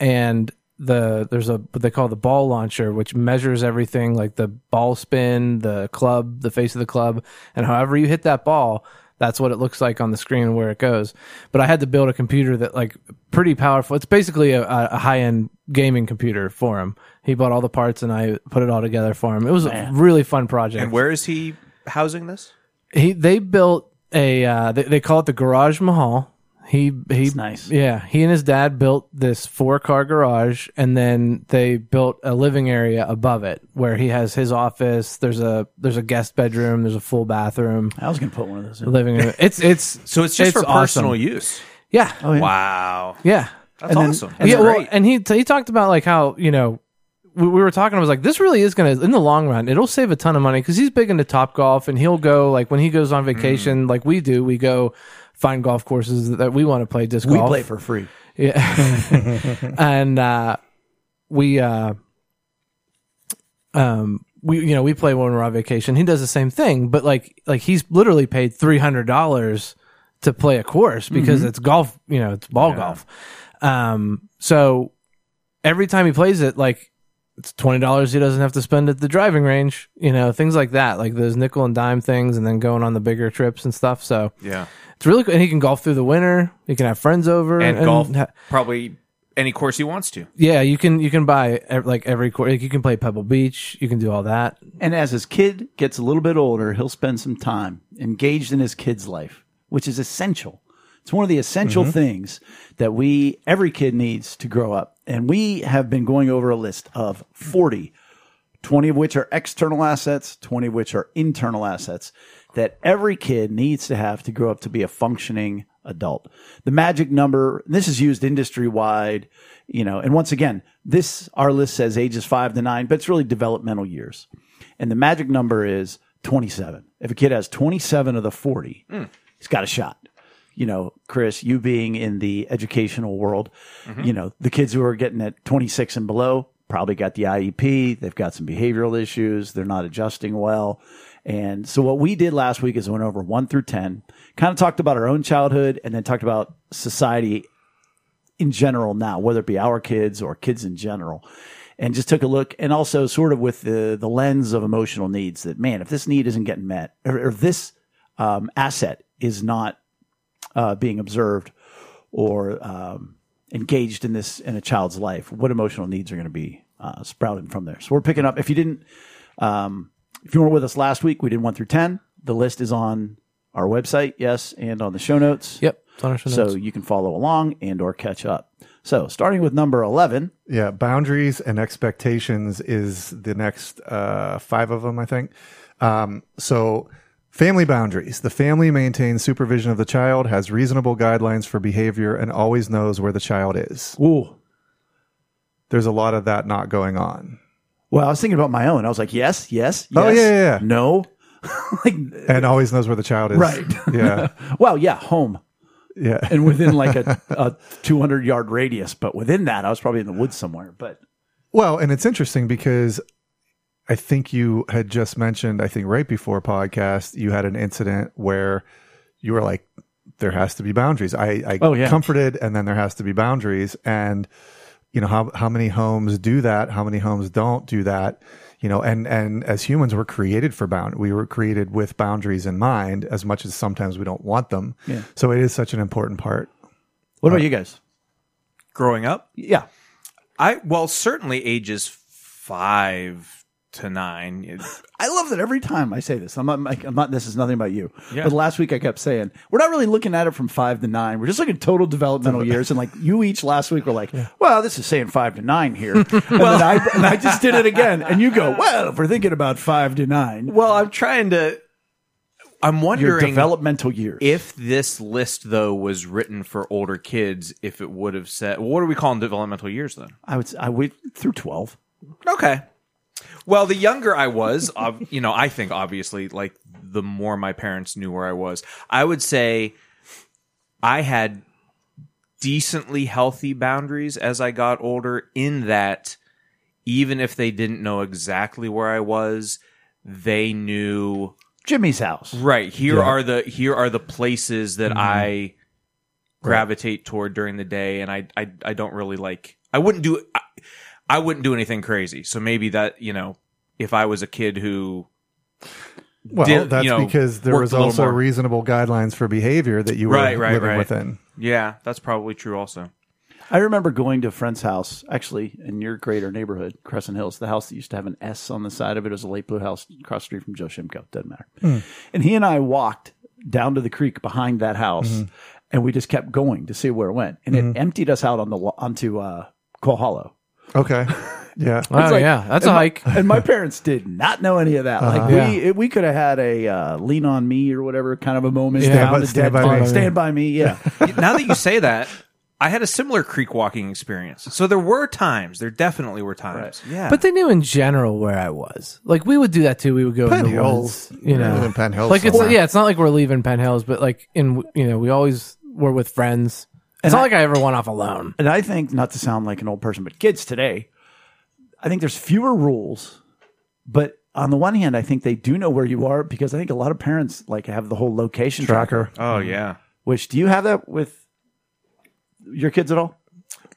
and the there's a what they call the ball launcher, which measures everything like the ball spin, the club, the face of the club, and however you hit that ball, that's what it looks like on the screen where it goes. But I had to build a computer that like pretty powerful. It's basically a, a high end gaming computer for him. He bought all the parts and I put it all together for him. It was a really fun project.
And where is he housing this?
he they built a uh, they, they call it the garage mahal he he
nice.
yeah he and his dad built this four car garage and then they built a living area above it where he has his office there's a there's a guest bedroom there's a full bathroom
I was gonna put one of those.
a
in.
living room it's it's
So it's just for
awesome.
personal use.
Oh, yeah
Wow,
yeah
that's
then-
awesome.
and
That's
yeah well
great.
and he he talked about like how you know we, we were talking i was like this really is gonna in the long run it'll save a ton of money because he's big into top golf and he'll go like when he goes
Mm.
on vacation like we do we go find golf courses that we want to play disc
We
golf
play for free.
yeah and uh we uh um we you know we play when we're on vacation he does the same thing but like like he's literally paid $300 to play a course because
Mm-hmm.
it's golf you know it's ball golf um so every time he plays it like it's $20 he doesn't have to spend at the driving range you know things like that like those nickel and dime things and then going on the bigger trips and stuff so
yeah,
it's really cool and he can golf through the winter he can have friends over
and, golf
ha-
probably any course he wants to.
yeah, you can you can buy ev- like every course. Like you can play Pebble Beach. You can do all that.
And as his kid gets a little bit older, he'll spend some time engaged in his kid's life, which is essential. It's one of the essential things that we, every kid needs to grow up. And we have been going over a list of 40, 20 of which are external assets, 20 of which are internal assets that every kid needs to have to grow up to be a functioning adult. The magic number, this is used industry wide, you know, and once again, this, our list says ages five to nine, but it's really developmental years and the magic number is 27. If a kid has 27 of the 40, he's got a shot. You know, Chris, you being in the educational world, you know, the kids who are getting at 26 and below probably got the IEP, they've got some behavioral issues, they're not adjusting well. And so what we did last week is went over 1 through 10, kind of talked about our own childhood and then talked about society in general now, whether it be our kids or kids in general, and just took a look and also sort of with the, the lens of emotional needs that, man, if this need isn't getting met or, or this um, asset is not uh, being observed or um, engaged in this in a child's life, what emotional needs are going to be uh, sprouting from there. So we're picking up. If you didn't, um, if you weren't with us last week, we did one through 10. The list is on our website, yes, and on the show notes.
Yep. It's on our show
So
notes.
you can follow along and or catch up. So starting with number 11,
Yeah, boundaries and expectations is the next uh, five of them, I think. Um, so, family boundaries. The family maintains supervision of the child, has reasonable guidelines for behavior, and always knows where the child is.
Ooh.
There's a lot of that not going on.
Well, I was thinking about my own. I was like, yes, yes, yes.
Oh, yeah, yeah, yeah.
No. like,
And always knows where the child is.
Right.
Yeah.
well, yeah, home
Yeah.
and within like a, a 200 yard radius. But within that, I was probably in the woods somewhere. But
Well, and it's interesting because I think you had just mentioned, I think right before podcast, you had an incident where you were like, there has to be boundaries. I, I
Oh, yeah.
comforted and then there has to be boundaries. And you know, how how many homes do that, how many homes don't do that, you know, and and as humans we're created for bound we were created with boundaries in mind as much as sometimes we don't want them.
Yeah.
So it is such an important part.
what about you guys?
Growing up,
uh, Yeah.
I well certainly ages five to nine. It-
I love that every time I say this. I'm not, like, I'm not, this is nothing about you.
Yeah.
But last week I kept saying, we're not really looking at it from five to nine. We're just looking at total developmental years. And like you each last week were like, well, this is saying five to nine here. and, well, I, and I just did it again. And you go, well, if we're thinking about five to nine,
well, I'm trying to. I'm
your
wondering
developmental years.
if this list though was written for older kids, if it would have said, what are we calling developmental years then?
I would, s- I would through 12.
Okay. Well, the younger I was, ob- you know, I think obviously, like the more my parents knew where I was, I would say I had decently healthy boundaries as I got older, in that even if they didn't know exactly where I was, they knew
Jimmy's house.
Right. Here are the here are the places that I gravitate toward during the day and I I I don't really like I wouldn't do I, I wouldn't do anything crazy. So maybe that you know, if I was a kid who
Well,
did-
that's
you know,
because there
worked
was
a little
also
more.
reasonable guidelines for behavior that you were
Right, right,
living
right.
within.
yeah, that's probably true also.
I remember going to a friend's house, actually, in your greater neighborhood, Crescent Hills, the house that used to have an S on the side of it. It was a late blue house across the street from Joe Shimko. Doesn't matter.
Hmm.
And he and I walked down to the creek behind that house,
Mm-hmm.
and we just kept going to see where it went. And it emptied us out on the lo- onto uh, Coal Hollow.
Okay. Yeah.
Oh
It's like-
yeah, that's a
and my-
hike.
and my parents did not know any of that. Like
Uh-huh.
we, it, we could have had a uh, lean on me or whatever kind of a moment.
Stand
by-
down to
Stand
dead
by
fog.
Me.
Stand by me. Yeah.
now that you say that, I had a similar creek walking experience. So there were times. There definitely were times. Yeah.
But they knew in general where I was. Like we would do that too. We would go
Penn
in the
Hills.
woods, you know,
Live in Penn Hills
Like it's
somewhere.
yeah, it's not like we're leaving Penn Hills, but like in you know, we always were with friends. It's not like I ever went off alone.
And I think, not to sound like an old person, but kids today, I think there's fewer rules. But on the one hand, I think they do know where you are because I think a lot of parents like have the whole location tracker.
Tracker.
oh yeah.
Which do you have that with your kids at all?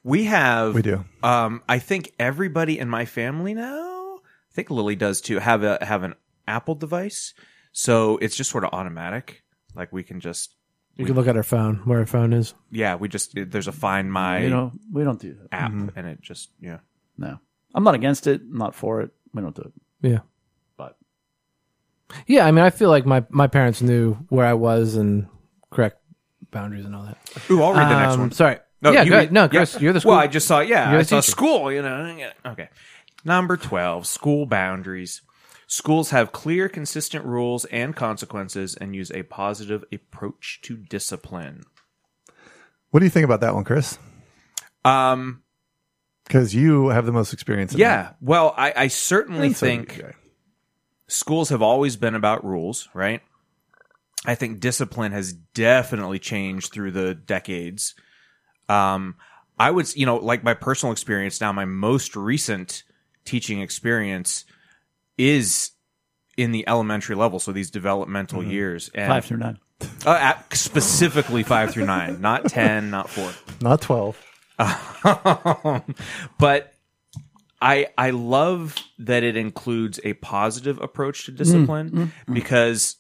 We have
We do.
Um I think everybody in my family now, I think Lily does too, have a have an Apple device. So it's just sort of automatic. Like we can just
You can look at our phone, where our phone is.
yeah, we just there's a find my
you know, we don't do that.
app
mm-hmm.
and it just yeah.
No, I'm not against it. I'm not for it. We don't do it.
Yeah.
But
Yeah, I mean I feel like my, my parents knew where I was and correct boundaries and all that.
Ooh, I'll read the next
Um,
one.
Sorry. yeah,
you
go
read-
ahead. no, Chris,
yeah.
you're the school.
Well, I just saw, yeah,
You're
I
the
saw
teacher.
school, you know. yeah. Okay. Number 12, school boundaries. Schools have clear, consistent rules and consequences and use a positive approach to discipline.
What do you think about that one, Chris?
Um,
Because you have the most experience. In
yeah. Well, I, I certainly
that. So do you,
think
Jay.
schools have always been about rules, right? I think discipline has definitely changed through the decades. Um, I would, s- you know, like my personal experience now, my most recent teaching experience is in the elementary level, so these developmental years, and
Mm-hmm. five through nine.
uh, at- specifically five through nine, not ten, not four.
Not 12.
Um, but I I love that it includes a positive approach to discipline
Mm,
because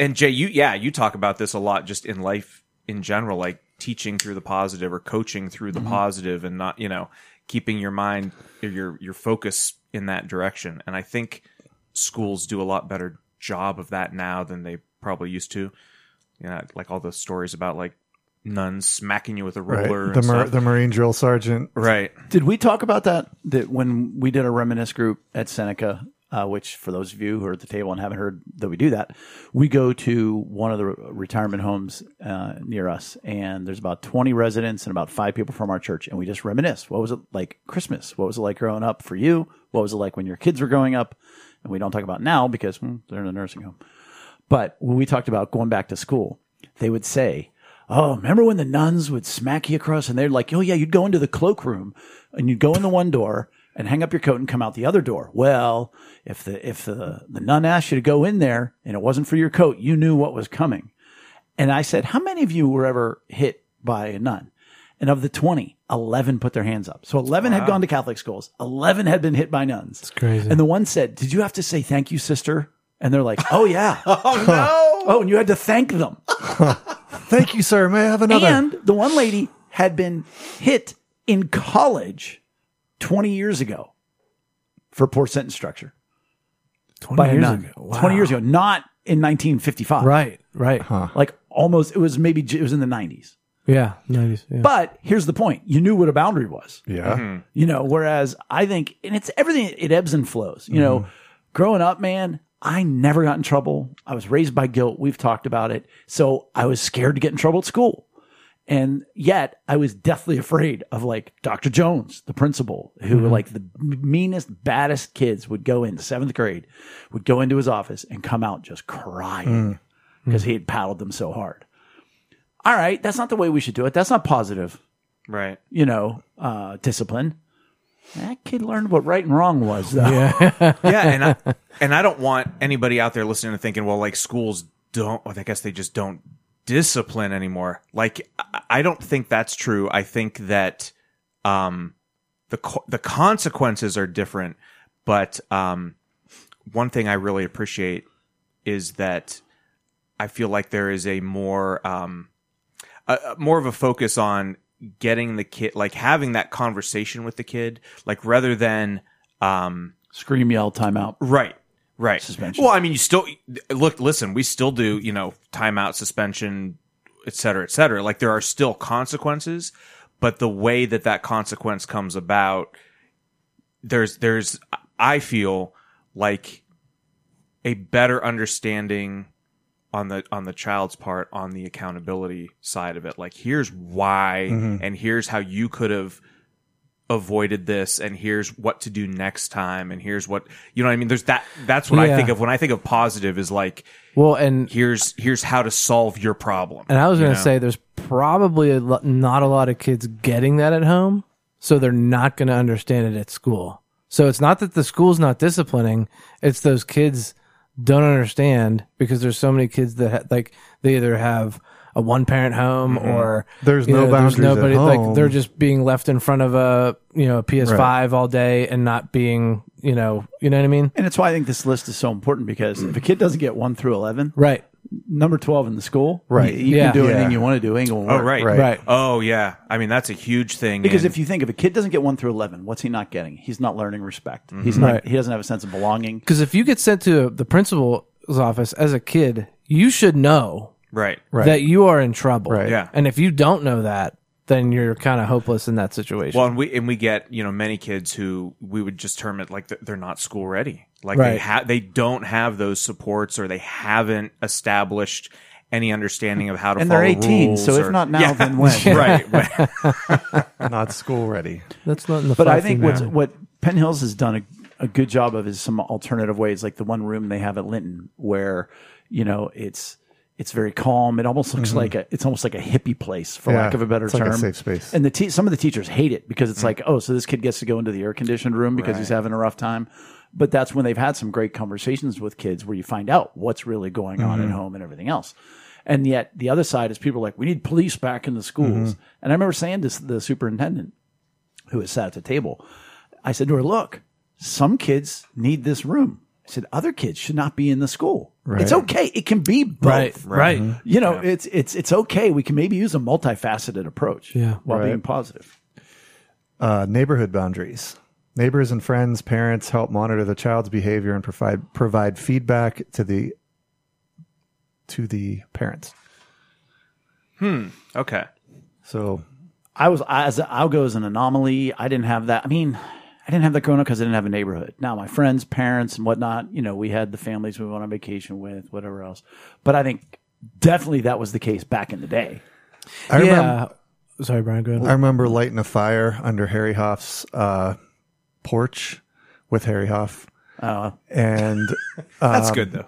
and Jay you yeah you talk about this a lot just in life in general like teaching through the positive or coaching through
Mm-hmm.
the positive and not you know keeping your mind or your your focus in that direction and I think schools do a lot better job of that now than they probably used to you know like all the stories about like nuns smacking you with a
Right.
ruler
The,
and
Mar-
stuff.
the Marine drill sergeant.
right
Did we talk about that? That when we did our reminisce group at Seneca, uh, which for those of you who are at the table and haven't heard that we do that, we go to one of the re- retirement homes uh, near us, and there's about 20 residents and about five people from our church, and we just reminisce. What was it like Christmas? What was it like growing up for you? What was it like when your kids were growing up? And we don't talk about now because hmm, they're in a nursing home. But when we talked about going back to school, they would say, Oh, remember when the nuns would smack you across and they're like, Oh, yeah, you'd go into the cloakroom and you'd go in the one door and hang up your coat and come out the other door. Well, if the, if the, the nun asked you to go in there and it wasn't for your coat, you knew what was coming. And I said, How many of you were ever hit by a nun? And of the 20, 11 put their hands up. So 11 had gone to Catholic schools. 11 had been hit by nuns. It's
crazy.
And the one said, Did you have to say thank you, sister? And they're like, Oh, yeah. Oh, and you had to thank them.
Thank you, sir. May I have another?
And the one lady had been hit in college 20 years ago for poor sentence structure.
20
By a
years
nun.
ago. Wow.
20 years ago, not in 1955.
Right, right.
Like almost, it was maybe, it was in the 90s.
Yeah, 90s. Yeah.
But here's the point you knew what a boundary was.
Yeah.
Mm-hmm.
You know, whereas I think, and it's everything, it ebbs and flows. You know, growing up, man, I never got in trouble. I was raised by guilt. We've talked about it. So I was scared to get in trouble at school. And yet I was deathly afraid of like Dr. Jones, the principal, who like the meanest, baddest kids would go in seventh grade, would go into his office and come out just crying because he had paddled them so hard. All right, that's not the way we should do it. That's not positive
right
you know, uh, discipline. That kid learned what right and wrong was, though.
yeah, and I, and I don't want anybody out there listening and thinking, well, like schools don't. Well, I guess they just don't discipline anymore. Like I, I don't think that's true. I think that um, the co- the consequences are different, but um, one thing I really appreciate is that I feel like there is a more um, a, a- more of a focus on getting the kid, like having that conversation with the kid, like rather than um,
Scream, yell, timeout.
Right. Right.
Suspension.
Well, I mean, you still look, listen, we still do, you know, timeout, suspension, et cetera, et cetera. Like there are still consequences, but the way that that consequence comes about, there's, there's, I feel like a better understanding on the, on the child's part on the accountability side of it. Like here's why and here's how you could have, avoided this and here's what to do next time and here's what you know what I mean there's that that's what I
Yeah.
think of when I think of positive is like
Well, and
here's here's how to solve your problem.
And I was
you
going to
know?
say, there's probably a lo- not a lot of kids getting that at home, so they're not going to understand it at school. So it's not that the school's not disciplining; it's those kids don't understand because there's so many kids that ha- like they either have a one parent home or
Mm-hmm. There's
you
no boundaries at home.
like they're just being left in front of a you know a PS5 all day and not being you know you know what I mean
And it's why I think this list is so important because if a kid doesn't get one through 11,
right
number 12 in the school,
Right.
You, you
Yeah.
can do
Yeah.
anything you want to do. Ain't gonna
Oh
work.
right.
Right.
Right.
Oh yeah. I mean that's a huge thing
Because
and-
if you think if a kid doesn't get one through 11, what's he not getting? He's not learning respect. He's not,
Right.
He doesn't have a sense of belonging.
because if you get sent to the principal's office as a kid, you should know
right.
Right.
that you are in trouble.
Right.
Yeah.
And if you don't know that, then you're kind of hopeless in that situation.
Well, and we and we get you know many kids who we would just term it like th- they're not school ready. Like they
Right.
have they don't have those supports or they haven't established any understanding of how to
And
follow
they're 18,
rules
so if
or-
not now,
Yeah.
then when?
right, right.
Not school ready.
That's not in the.
But I
five
think
thing
what's,
now.
what Penn Hills has done a, a good job of is some alternative ways, like the one room they have at Linton, where you know it's it's very calm. It almost looks like a it's almost like a hippie place, for
Mm-hmm. Yeah,
lack of a better
it's like
term.
a safe space. Mm.
And the te- some of the teachers hate it because it's like, oh, so this kid gets to go into the air conditioned room because he's having a rough time. But that's when they've had some great conversations with kids where you find out what's really going on
Mm-hmm.
at home and everything else. And yet the other side is people are like, we need police back in the schools.
Mm-hmm.
And I remember saying to s- the superintendent, who has sat at the table. I said to her, Look, some kids need this room. I said, Other kids should not be in the school. It's okay. It can be
right,
both.
right,
You know, it's it's it's okay. We can maybe use a multifaceted approach
Yeah.
while
Right.
being positive.
Uh, neighborhood boundaries. Neighbors and friends, parents help monitor the child's behavior and provide provide feedback to the to the parents.
Okay.
So
I was I, as I'll go as an anomaly. I didn't have that. I mean, I didn't have that growing up because I didn't have a neighborhood. Now my friends, parents, and whatnot. You know, we had the families we went on vacation with, whatever else. But I think definitely that was the case back in the day.
I
yeah.
remember
Sorry, Brian. Go
I
ahead.
remember lighting a fire under Harry Hoff's uh, porch with Harry Hoff. and
That's good though.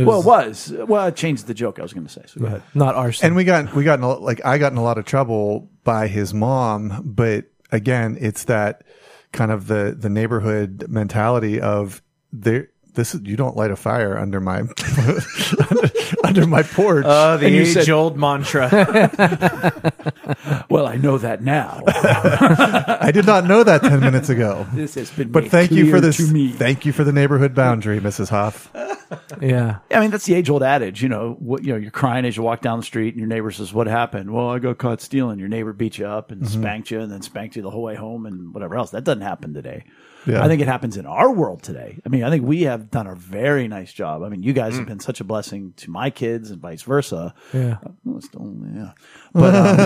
It
Well,
was
it was well, it changed the joke I was going to say. So go ahead.
not arson.
and we got we got in a, like I got in a lot of trouble by his mom, but again, it's that kind of the the neighborhood mentality of there. This you don't light a fire under my under, under my porch.
Uh, the
And you
age
said-
old mantra.
Well, I know that now.
I did not know that ten minutes ago.
this has been.
But
made
thank you
clear
for this.
To me.
Thank you for the neighborhood boundary, Mrs. Hoff.
yeah,
I mean, that's the age-old adage. You know, what, you know, you're crying as you walk down the street, and your neighbor says, "What happened?" Well, I got caught stealing. Your neighbor beat you up and
Mm-hmm.
spanked you, and then spanked you the whole way home, and whatever else. That doesn't happen today.
Yeah.
I think it happens in our world today. I mean, I think we have done a very nice job. I mean, you guys have
Mm.
been such a blessing to my kids, and vice versa. Uh,
yeah.
Well, it's still, yeah. But um,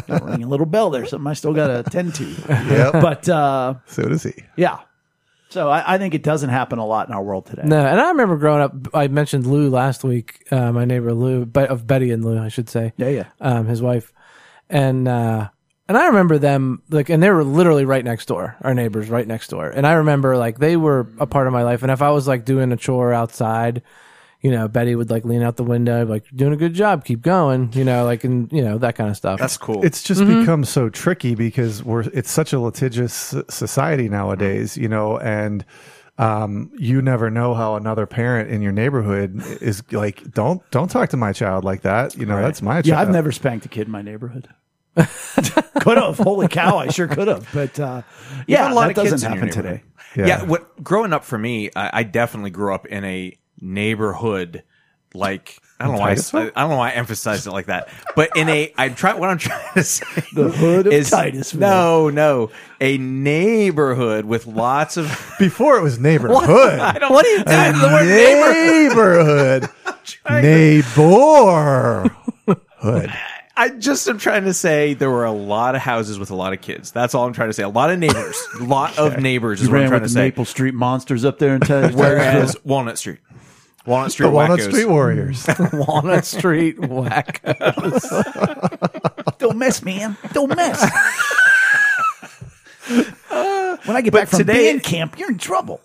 got a ringing little bell there, something I still got to attend to.
Yep.
But uh,
so does he.
yeah, so I, I think it doesn't happen a lot in our world today.
No, and I remember growing up. I mentioned Lou last week. Uh, my neighbor Lou, but of Betty and Lou, I should say.
Yeah, yeah.
um, his wife, and uh, and I remember them like, and they were literally right next door, our neighbors right next door, and I remember like they were a part of my life, and if I was like doing a chore outside, you know, Betty would like lean out the window, like doing a good job, keep going, you know, like and you know that kind of stuff.
That's cool.
It's just become so tricky because we're it's such a litigious s- society nowadays, you know, and um, you never know how another parent in your neighborhood is like. Don't don't talk to my child like that. You know, that's my child.
Yeah, I've never spanked a kid in my neighborhood. could have. Holy cow! I sure could have. But uh,
got
yeah,
a lot
that
of kids
doesn't
in your
happen today.
Yeah. what growing up for me, I, I definitely grew up in a neighborhood like I don't know why I, s- I don't know why I emphasized it like that, but in a I'm trying what I'm trying to say
The hood of
is
Titusville.
no no a neighborhood with lots of
Before it was neighborhood.
I don't what do you the word neighbor
neighborhood. Neighborhood.
I just am trying to say there were a lot of houses with a lot of kids. That's all I'm trying to say. A lot of neighbors, a lot of neighbors is
You
what I'm
ran
trying
with
to
the
say.
Maple Street monsters up there in Texas.
Whereas Walnut Street, Walnut Street,
The Walnut
wackos.
Street Warriors.
Walnut Street whack.
Don't mess, man. Don't mess. when I get back from
today-
band camp, you're in trouble.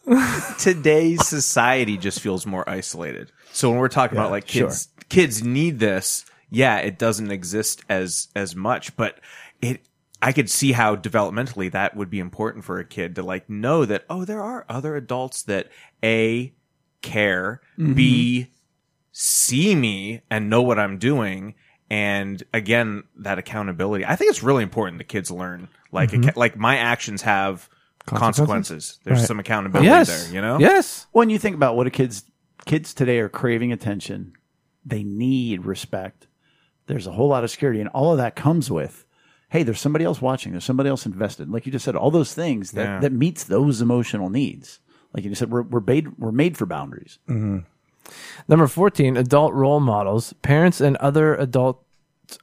today's society just feels more isolated. So when we're talking about like kids, kids need this. Yeah, it doesn't exist as as much, but it. I could see how developmentally that would be important for a kid to like know that oh, there are other adults that a care, b see me and know what I'm doing. And again, that accountability. I think it's really important that kids learn like acca- like my actions have consequences. There's some accountability
yes.
there, you know?
Yes.
When you think about what a kids kids today are craving attention, they need respect. There's a whole lot of security, and all of that comes with, hey, there's somebody else watching, there's somebody else invested. Like you just said, all those things that,
Yeah.
that meets those emotional needs. Like you said, we're we're made we're made for boundaries.
Number 14, adult role models. Parents and other adult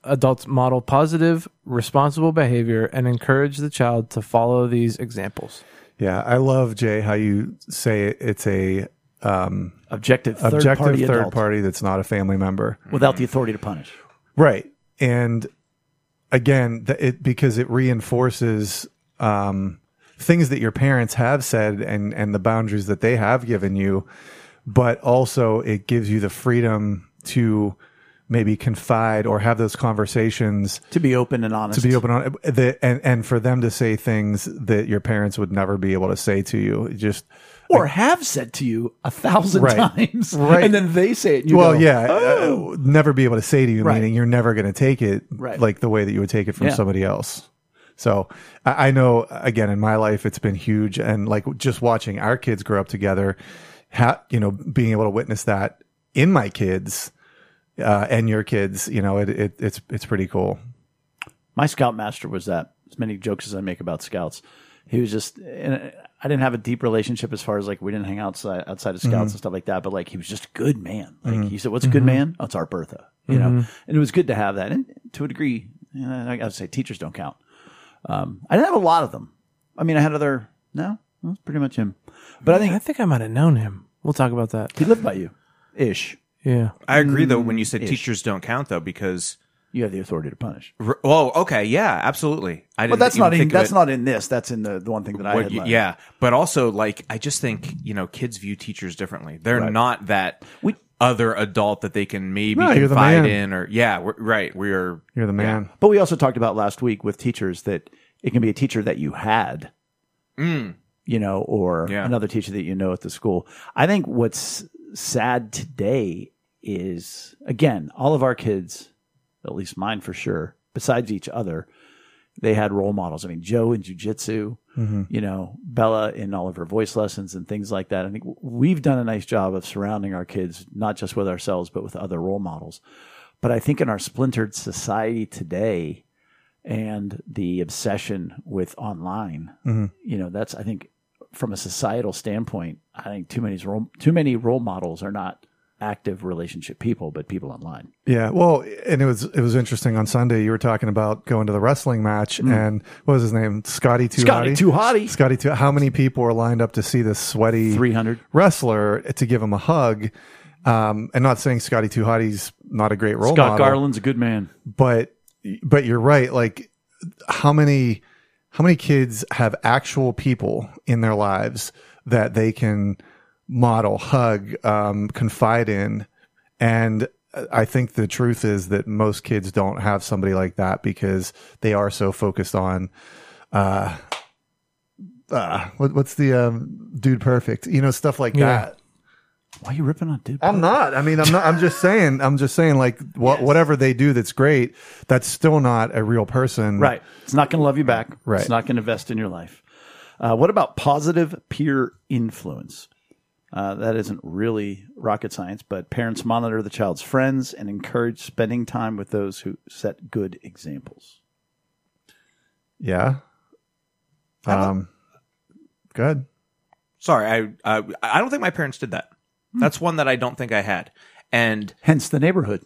adults model positive, responsible behavior and encourage the child to follow these examples.
yeah, I love, Jay, how you say it. it's a
Objective third
objective
party
third
adult
party that's not a family member.
without the authority to punish.
Right. And again, th- it because it reinforces um, things that your parents have said and and the boundaries that they have given you, but also it gives you the freedom to maybe confide or have those conversations
To be open and honest.
to be open on the and and for them to say things that your parents would never be able to say to you It just
or have said to you a thousand
Right.
times,
Right.
and then they say it. And you
well
go, "Oh."
yeah uh, never be able to say to you
Right.
meaning you're never going to take it
Right.
like the way that you would take it from
Yeah.
somebody else so I, I know again in my life it's been huge and like just watching our kids grow up together ha- you know being able to witness that in my kids uh, and your kids you know it, it it's it's pretty cool
My scoutmaster was that. As many jokes as I make about scouts, he was just. And I didn't have a deep relationship as far as like we didn't hang outside outside of
Mm-hmm.
scouts and stuff like that. But like he was just a good man. Like he said, "What's a good man? Oh, it's our Bertha." You
Mm-hmm.
know, and it was good to have that. And to a degree, you know, I would say teachers don't count. Um, I didn't have a lot of them. I mean, I had other. No, that's pretty much him. But I
I
think
think I might have known him. We'll talk about that.
he lived by you, ish.
Yeah.
I agree though when you said teachers don't count though because
You have the authority to punish.
r- oh okay yeah absolutely I
But
didn't
that's
even
not in,
think of
that's
it-
not in this. That's in the, the one thing that I
what
had
you-
left.
yeah but also like I just think you know kids view teachers differently they're not that
We-
other adult that they can maybe
No, you're the
confide
man.
in or yeah we're, right we are
you're the man
But we also talked about last week with teachers that it can be a teacher that you had,
mm,
you know, or
Yeah.
another teacher that you know at the school. I think what's sad today is again, all of our kids, at least mine for sure, besides each other, they had role models. I mean, Joe in jujitsu,
Mm-hmm.
you know, Bella in all of her voice lessons and things like that. I think we've done a nice job of surrounding our kids, not just with ourselves, but with other role models. But I think in our splintered society today and the obsession with online,
Mm-hmm.
you know, that's, I think, from a societal standpoint, I think too many role, too many role models are not active relationship people, but people online.
Yeah, well, and it was it was interesting on Sunday. You were talking about going to the wrestling match, and what was his name? Scotty Too
Mm. Scotty
Hotty?
Too Hotty.
Scotty Too. How many people were lined up to see this sweaty
300.
wrestler to give him a hug? Um, and not saying Scotty Too Hotty's not a great role
Scott
model,
Garland's a good man.
but but you're right. Like how many how many kids have actual people in their lives that they can model, hug, um, confide in, and I think the truth is that most kids don't have somebody like that because they are so focused on. Uh, uh, what, what's the um, dude perfect? You know, stuff like
Yeah.
that.
Why are you ripping on dude?
I'm not. I mean, I'm not. I'm just saying. I'm just saying. Like, wha- whatever they do, that's great. That's still not a real person,
Right. It's not going to love you back.
Right.
It's not going to invest in your life. Uh, what about positive peer influence? Uh, that isn't really rocket science, but parents monitor the child's friends and encourage spending time with those who set good examples.
Yeah. Um. Good.
Sorry, I uh, I don't think my parents did that.
Hmm.
That's one that I don't think I had. And
Hence the neighborhood.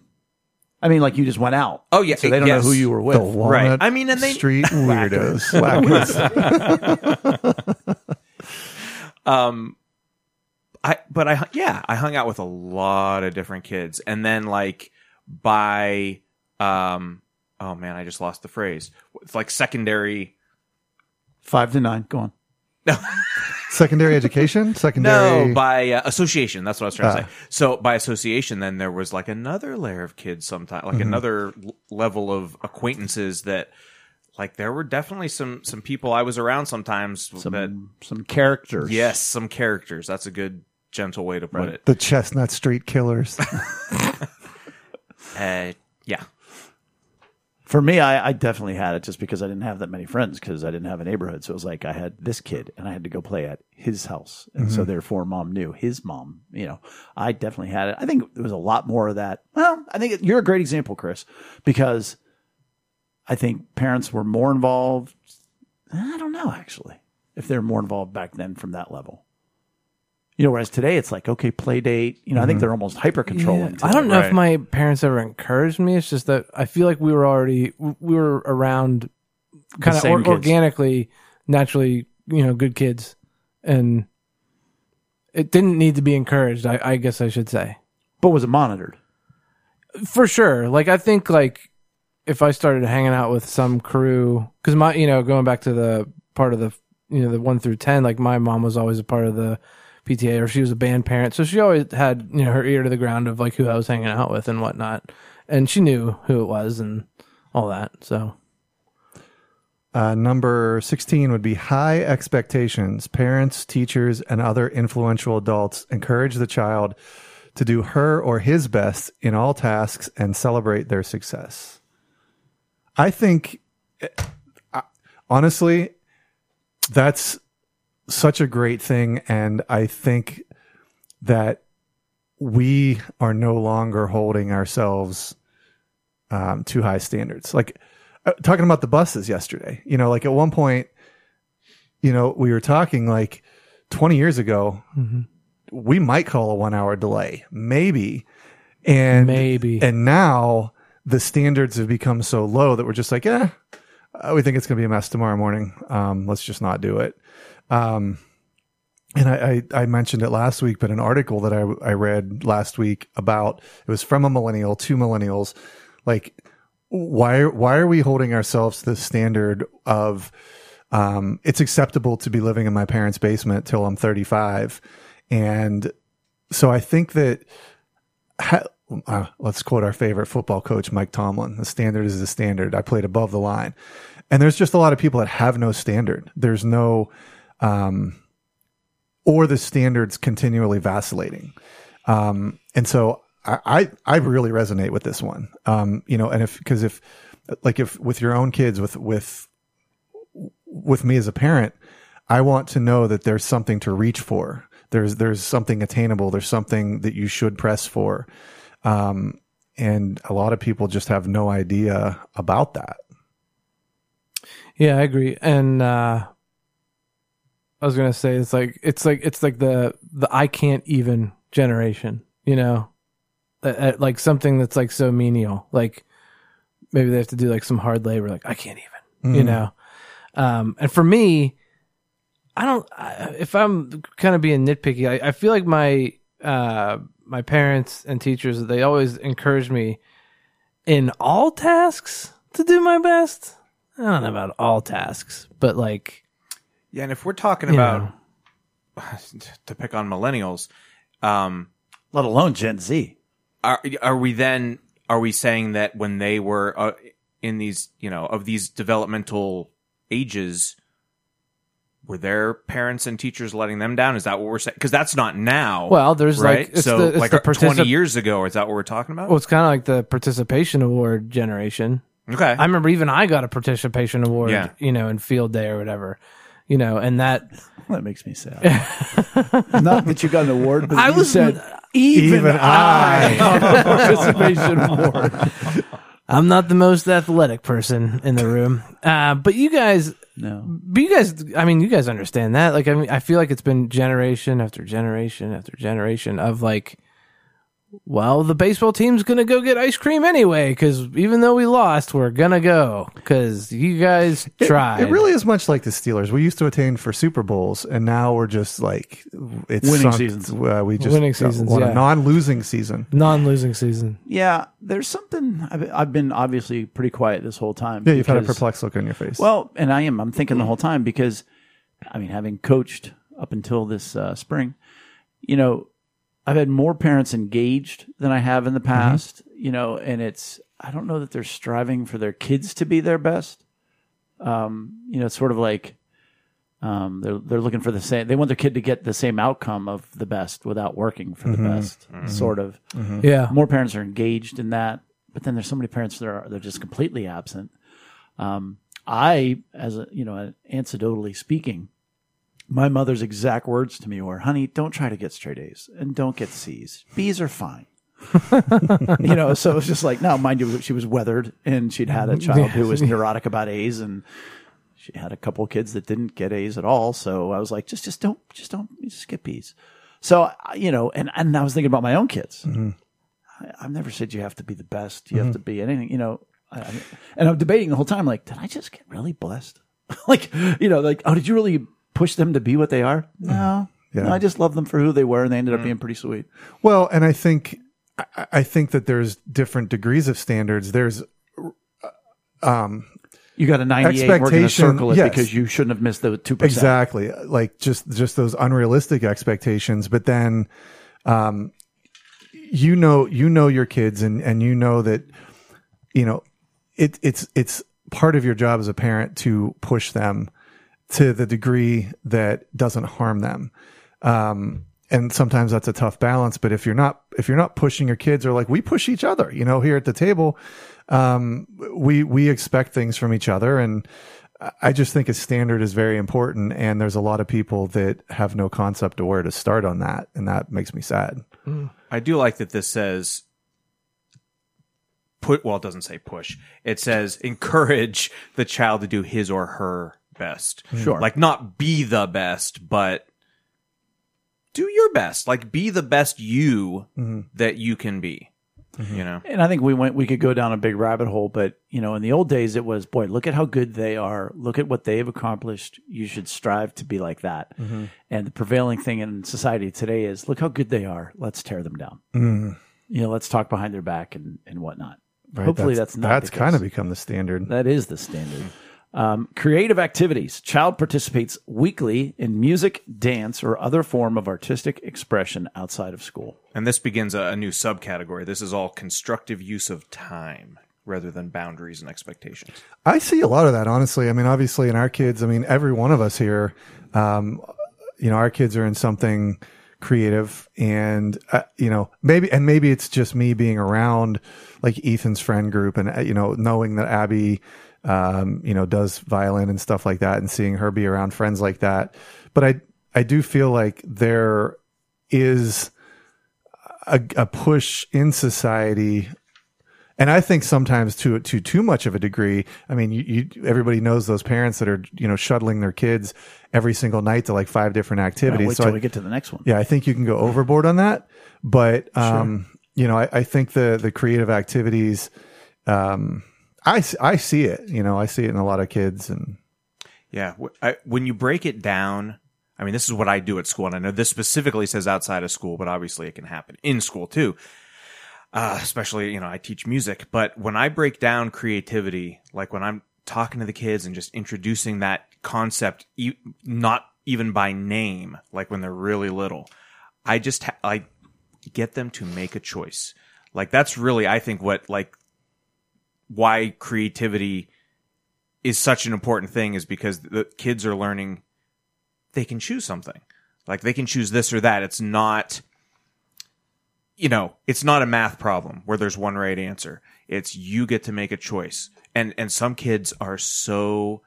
I mean, like you just went out.
Oh, yeah,
So they don't
yes.
know who you were with.
The Walnut
I mean, and they-
Street weirdos. Whackers.
um i but i yeah i hung out with a lot of different kids and then like by um oh man i just lost the phrase it's like secondary
Five to nine. Go on.
Secondary education. Secondary.
no by uh, association that's what i was trying
Ah.
to say so by association then there was like another layer of kids sometimes like another l- level of acquaintances that like there were definitely some some people i was around sometimes
Some
that
some characters.
yes some characters that's a good gentle way to put it
the Chestnut Street Killers.
uh yeah
For me, I, I definitely had it just because I didn't have that many friends because I didn't have a neighborhood. So it was like I had this kid and I had to go play at his house. And
Mm-hmm.
so therefore mom knew his mom, you know, I definitely had it. I think there was a lot more of that. Well, I think it- you're a great example, Chris, because I think parents were more involved. I don't know actually if they're more involved back then from that level. You know, whereas today it's like, okay, play date. You know, I think they're almost hyper controlling.
Mm-hmm. I don't know
Right.
if my parents ever encouraged me. It's just that I feel like we were already we were around kind of
same
or-
kids.
organically, naturally, you know, good kids, and it didn't need to be encouraged. I, I guess I should say
But was it monitored?
for sure. Like I think like if I started hanging out with some crew, because my you know going back to the part of the you know the one through ten, like my mom was always a part of the PTA or she was a band parent, so she always had you know her ear to the ground of like who I was hanging out with and whatnot, and she knew who it was and all that. So
Uh, number 16 would be high expectations. Parents, teachers, and other influential adults encourage the child to do her or his best in all tasks and celebrate their success. I think, eh, I- honestly, that's such a great thing. And I think that we are no longer holding ourselves um, to high standards. Like uh, talking about the buses yesterday, you know, like at one point, you know, we were talking like 20 years ago, we might call a one hour delay, maybe. And
Maybe.
and now the standards have become so low that we're just like, eh, uh, we think it's going to be a mess tomorrow morning. Um, let's just not do it. Um, and I, I, I mentioned it last week, but an article that I, I read last week about it was from a millennial to millennials. Like, why why are we holding ourselves to the standard of um, it's acceptable to be living in my parents' basement till I'm 35? And so I think that ha- uh, let's quote our favorite football coach, Mike Tomlin. The standard is the standard. I played above the line. And there's just a lot of people that have no standard. There's no, um, or the standards continually vacillating. Um, and so I, I, I really resonate with this one. Um, you know, and if, cause if, like if with your own kids, with, with, with me as a parent, I want to know that there's something to reach for. There's, there's something attainable. There's something that you should press for. Um, and a lot of people just have no idea about that.
Yeah, I agree. And uh I was gonna say it's like it's like it's like the the I can't even generation, you know, Uh, uh, like something that's like so menial. Like maybe they have to do like some hard labor. Like I can't even, you
Mhm.
know. Um, and for me, I don't. I, if I'm kind of being nitpicky, I, I feel like my uh, my parents and teachers they always encouraged me in all tasks to do my best. I don't know about all tasks, but like
Yeah, and if we're talking
You
about to pick on millennials, um,
Let alone Gen Z.
are are we then are we saying that when they were uh, in these you know of these developmental ages, were their parents and teachers letting them down? Is that what we're saying? Because that's not now.
Well, there's, like,
right?
it's
so
the- it's
like
the
twenty
particip-
years ago. Is that what we're talking about?
Well, it's kind of like the participation award generation.
okay,
I remember even I got a participation award,
Yeah.
you know, in field day or whatever, you know, and that
That makes me sad. Not that you got an award, but
I
you
was
said
even,
Even I.
participation award.
I'm not the most athletic person in the room, uh, but you guys,
No,
but you guys, I mean, you guys understand that. Like, I mean, I feel like it's been generation after generation after generation of like, well, the baseball team's gonna go get ice cream anyway because even though we lost, we're gonna go because you guys
It-
tried.
It, really is much like the Steelers. We used to attain for Super Bowls, and now we're just like it's
Winning
sunk-
seasons.
Uh, we just
Winning seasons,
want
yeah.
a non-losing season.
non-losing season.
yeah, there's something. I've, I've been obviously pretty quiet this whole time.
Yeah, you've had a
because-
perplexed look on your face.
Well, and I am. I'm thinking the whole time because, I mean, having coached up until this uh, spring, you know, I've had more parents engaged than I have in the past. You know, and it's I don't know that they're striving for their kids to be their best. Um, you know, it's sort of like um, they're they're looking for the same. They want their kid to get the same outcome of the best without working for the best. Sort of.
Mm-hmm.
Yeah,
More parents are engaged in that, but then there's so many parents that are they're just completely absent. Um, I, as a you know, anecdotally speaking, my mother's exact words to me were, "Honey, don't try to get straight A's and don't get C's. B's are fine." you know, so it was just like, now, mind you, she was weathered and she'd had a child who was neurotic about A's and she had a couple of kids that didn't get A's at all. So I was like, just, just don't, just don't, just skip B's. So, I- you know, and, and I was thinking about my own kids. I, I've never said you have to be the best. You
Mm-hmm.
have to be anything, you know. I, I- and I'm debating the whole time, like, did I just get really blessed? like, you know, like, oh, did you really push them to be what they are? No.
Mm-hmm. Yeah. Mm-hmm.
No, I just love them for who they were and they ended up being pretty sweet.
Well, and I think I- I think that there's different degrees of standards. There's
You got a 98, we're going to
Expectation,
circle it
yes.
because you shouldn't have missed the 2%.
exactly like just just those unrealistic expectations. But then, um, you know, you know your kids, and and you know that you know it, it's it's part of your job as a parent to push them to the degree that doesn't harm them. Um, and sometimes that's a tough balance, but if you're not, if you're not pushing your kids or like we push each other, you know, here at the table, um, we, we expect things from each other. And I- I just think a standard is very important. And there's a lot of people that have no concept of where to start on that. And that makes me sad.
I do like that this says put well it doesn't say push. It says encourage the child to do his or her best.
Sure.
Like not be the best, but do your best. Like be the best you that you can be. You know.
And I think we went, we could go down a big rabbit hole, but you know, in the old days, it was, boy, look at how good they are. Look at what they've accomplished. You should strive to be like that.
Mm-hmm.
And the prevailing thing in society today is, look how good they are. Let's tear them down. You know, let's talk behind their back and, and whatnot.
Mm-hmm. Right?
Hopefully that's, not
that's
the
kind of
case.
become the standard.
That is the standard. Um, creative activities. Child participates weekly in music, dance, or other form of artistic expression outside of school.
And this begins a, a new subcategory. This is all constructive use of time rather than boundaries and expectations.
I see a lot of that, honestly. I mean, obviously, in our kids, I mean, every one of us here, um, you know, our kids are in something creative, and uh, you know, maybe, and maybe it's just me being around like Ethan's friend group, and uh, you know, knowing that Abby, um, you know, does violin and stuff like that, and seeing her be around friends like that. But I, I do feel like there is a, a push in society and I think sometimes to to too much of a degree. I mean, you, you everybody knows those parents that are you know shuttling their kids every single night to like five different
Now,
activities.
wait
so
till
I-
we get to the next one.
yeah, I think you can go overboard on that, but um, you know, I, I think the the creative activities, um, I s- I see it. You know, I see it in a lot of kids, and
Yeah. wh- I, when you break it down, I mean, this is what I do at school. And I know this specifically says outside of school, but obviously it can happen in school too. Uh, especially, you know, I teach music, but when I break down creativity, like when I'm talking to the kids and just introducing that concept, e- not even by name, like when they're really little, I just, ha- I get them to make a choice. Like that's really, I think what like why creativity is such an important thing is because the kids are learning they can choose something. Like they can choose this or that. It's not you know, it's not a math problem where there's one right answer. It's you get to make a choice. And and some kids are so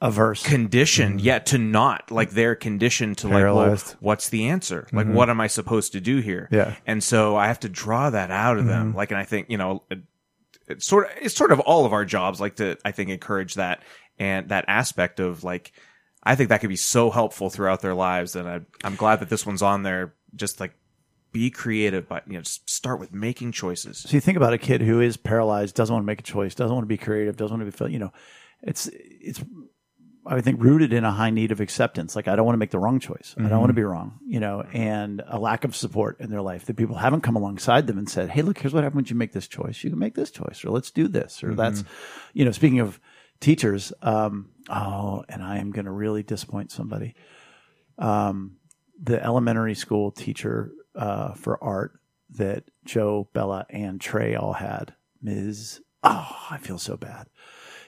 Averse.
conditioned yet to not like they're conditioned to like
Mm-hmm. Paralyzed. Mm-hmm.
well, what's the answer like what am i supposed to do here
Yeah. Mm-hmm.
and so i have to draw that out of them like and i think you know it, it's sort of it's sort of all of our jobs like to i think encourage that and that aspect of like i think that could be so helpful throughout their lives and I, i'm glad that this one's on there just like be creative but you know just start with making choices
So you think about a kid who is paralyzed, doesn't want to make a choice, doesn't want to be creative, doesn't want to be, fil- you know, it's it's I would think rooted in a high need of acceptance. Like I don't want to make the wrong choice. I don't want to be wrong, you know, and a lack of support in their life that people haven't come alongside them and said, "Hey, look, here's what happened when you make this choice. You can make this choice, or let's do this, or that's," you know. Speaking of teachers, um, oh, and I am going to really disappoint somebody. Um, the elementary school teacher uh, for art that Joe, Bella, and Trey all had. Ms. Oh, I feel so bad.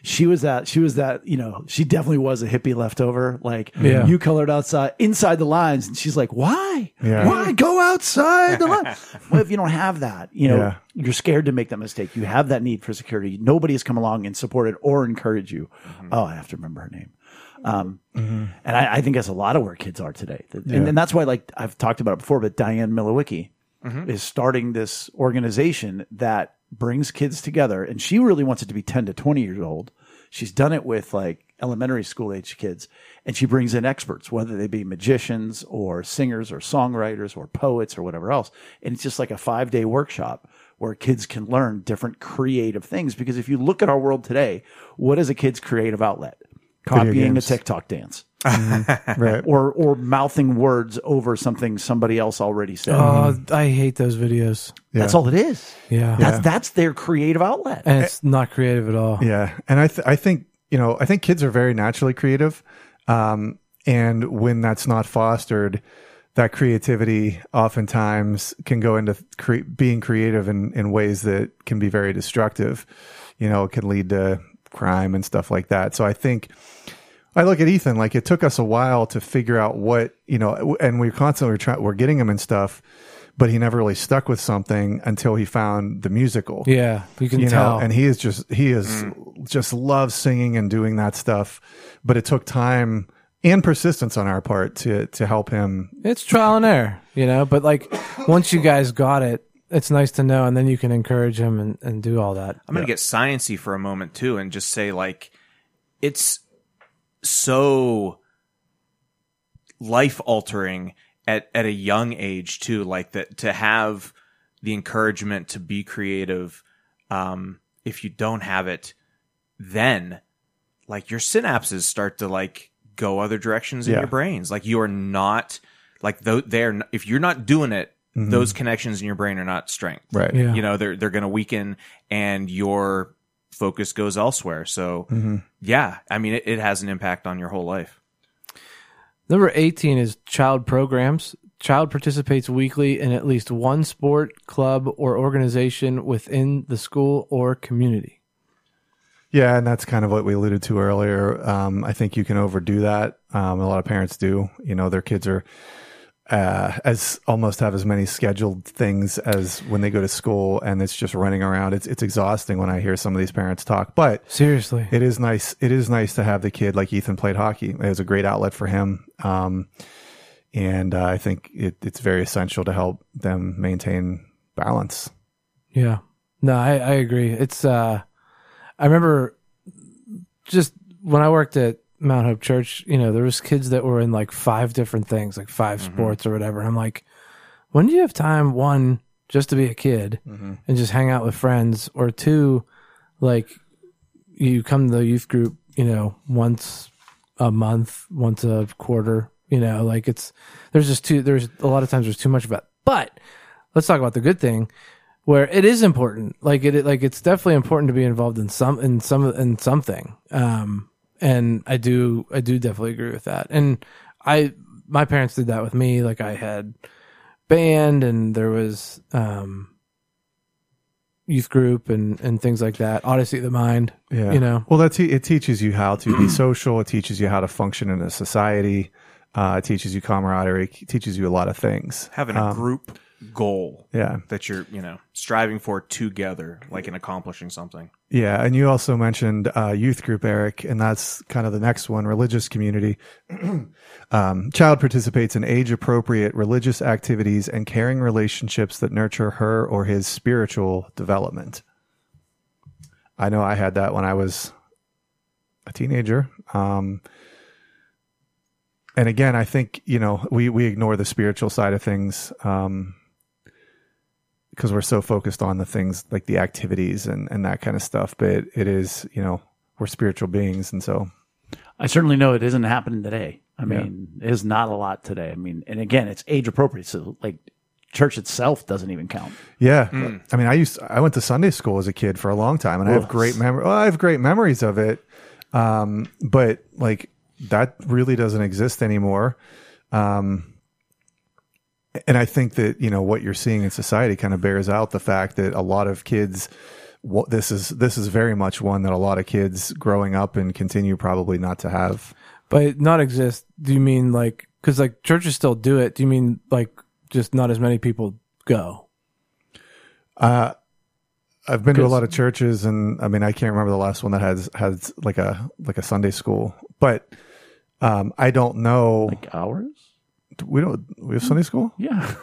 She was that. She was that. You know, she definitely was a hippie leftover. Like
Yeah.
you colored outside, inside the lines, and she's like, "Why?
Yeah.
Why go outside the line? well, if you don't have that, you know,
Yeah.
you're scared to make that mistake. You have that need for security. Nobody has come along and supported or encouraged you. Oh, I have to remember her name. Um, and I, I think that's a lot of where kids are today. That- And, and that's why, like I've talked about it before, but Diane Milowicki is starting this organization that brings kids together, and she really wants it to be ten to twenty years old. She's done it with like elementary school age kids, and she brings in experts, whether they be magicians or singers or songwriters or poets or whatever else. And it's just like a five day workshop where kids can learn different creative things. Because if you look at our world today, what is a kid's creative outlet? Copying a
games.
TikTok dance
right.
or or mouthing words over something somebody else already said.
Oh, I hate those videos.
That's all it is.
Yeah.
That's that's their creative outlet.
And it's not creative at all.
Eh. Yeah, and I th- I think you know I think kids are very naturally creative, um, and when that's not fostered, that creativity oftentimes can go into cre- being creative in in ways that can be very destructive. You know, it can lead to crime and stuff like that. So I think I look at Ethan like it took us a while to figure out what you know, and we constantly were trying we're getting him and stuff. But he never really stuck with something until he found the musical
Yeah, you can
you
tell. Mm.
know and he is just he is just loves singing and doing that stuff but it took time and persistence on our part to to help him
it's trial and error, you know. But like, once you guys got it, it's nice to know, and then you can encourage him and, and do all that.
I'm going to get sciency for a moment too and just say like it's so life altering at at a young age too like that to have the encouragement to be creative um if you don't have it then like your synapses start to like go other directions in
Yeah.
your brains like you are not like though they're if you're not doing it those connections in your brain are not strength
Mm-hmm. right
Yeah.
you know they're they're going to weaken and your focus goes elsewhere so
Mm-hmm.
yeah i mean it, it has an impact on your whole life
Number 18 is child programs. Child participates weekly in at least one sport, club, or organization within the school or community.
yeah and that's kind of what we alluded to earlier um i think you can overdo that um a lot of parents do you know their kids are uh, as almost have as many scheduled things as when they go to school, and it's just running around. It's it's exhausting when I hear some of these parents talk. But
Seriously.
It is nice. It is nice to have the kid like Ethan played hockey. It was a great outlet for him. Um, and uh, I think it, it's very essential to help them maintain balance.
Yeah. No, I, I agree. It's uh I remember just when I worked at Mount Hope Church, you know, there was kids that were in like five different things, like 5 sports or whatever. I'm like, when do you have time one just to be a kid
Mm-hmm.
and just hang out with friends or two like you come to the youth group, you know, once a month, once a quarter, you know, like it's there's just too there's a lot of times there's too much of it. But let's talk about the good thing where it is important. Like it, it- like it's definitely important to be involved in some in some in something. Um, and I do I do definitely agree with that. And I my parents did that with me. Like I had band and there was um youth group and and things like that. Odyssey of the Mind.
Yeah.
You know.
Well, that te- it teaches you how to be social. It teaches you how to function in a society. Uh, it teaches you camaraderie, it teaches you a lot of things. Um,
Having a group goal
Yeah.
that you're, you know, striving for together, like in accomplishing something.
Yeah, and you also mentioned uh, youth group, Eric, and that's kind of the next one: religious community. um, child participates in age-appropriate religious activities and caring relationships that nurture her or his spiritual development. I know I had that when I was a teenager. Um, and again, I think you know we we ignore the spiritual side of things. Um, because we're so focused on the things like the activities and, and that kind of stuff. But it, it is, you know, we're spiritual beings. And so,
I certainly know it isn't happening today. I mean, there's not a lot today. I mean, and again, it's age appropriate. So, like, church itself doesn't even count.
yeah. I mean, I used, I went to Sunday school as a kid for a long time and I have
Ugh.
great memory. Well, I have great memories of it. Um, but like that really doesn't exist anymore. Um, and I think that, you know, what you're seeing in society kind of bears out the fact that a lot of kids, what this is, this is very much one that a lot of kids growing up and continue probably not to have.
But not exist. Do you mean like because like churches still do it? Do you mean like just not as many people go?
Uh, I've been to a lot of churches, and I mean, I can't remember the last one that has has like a like a Sunday school, but um, I don't know.
Like, ours?
we don't we have Sunday school.
Yeah.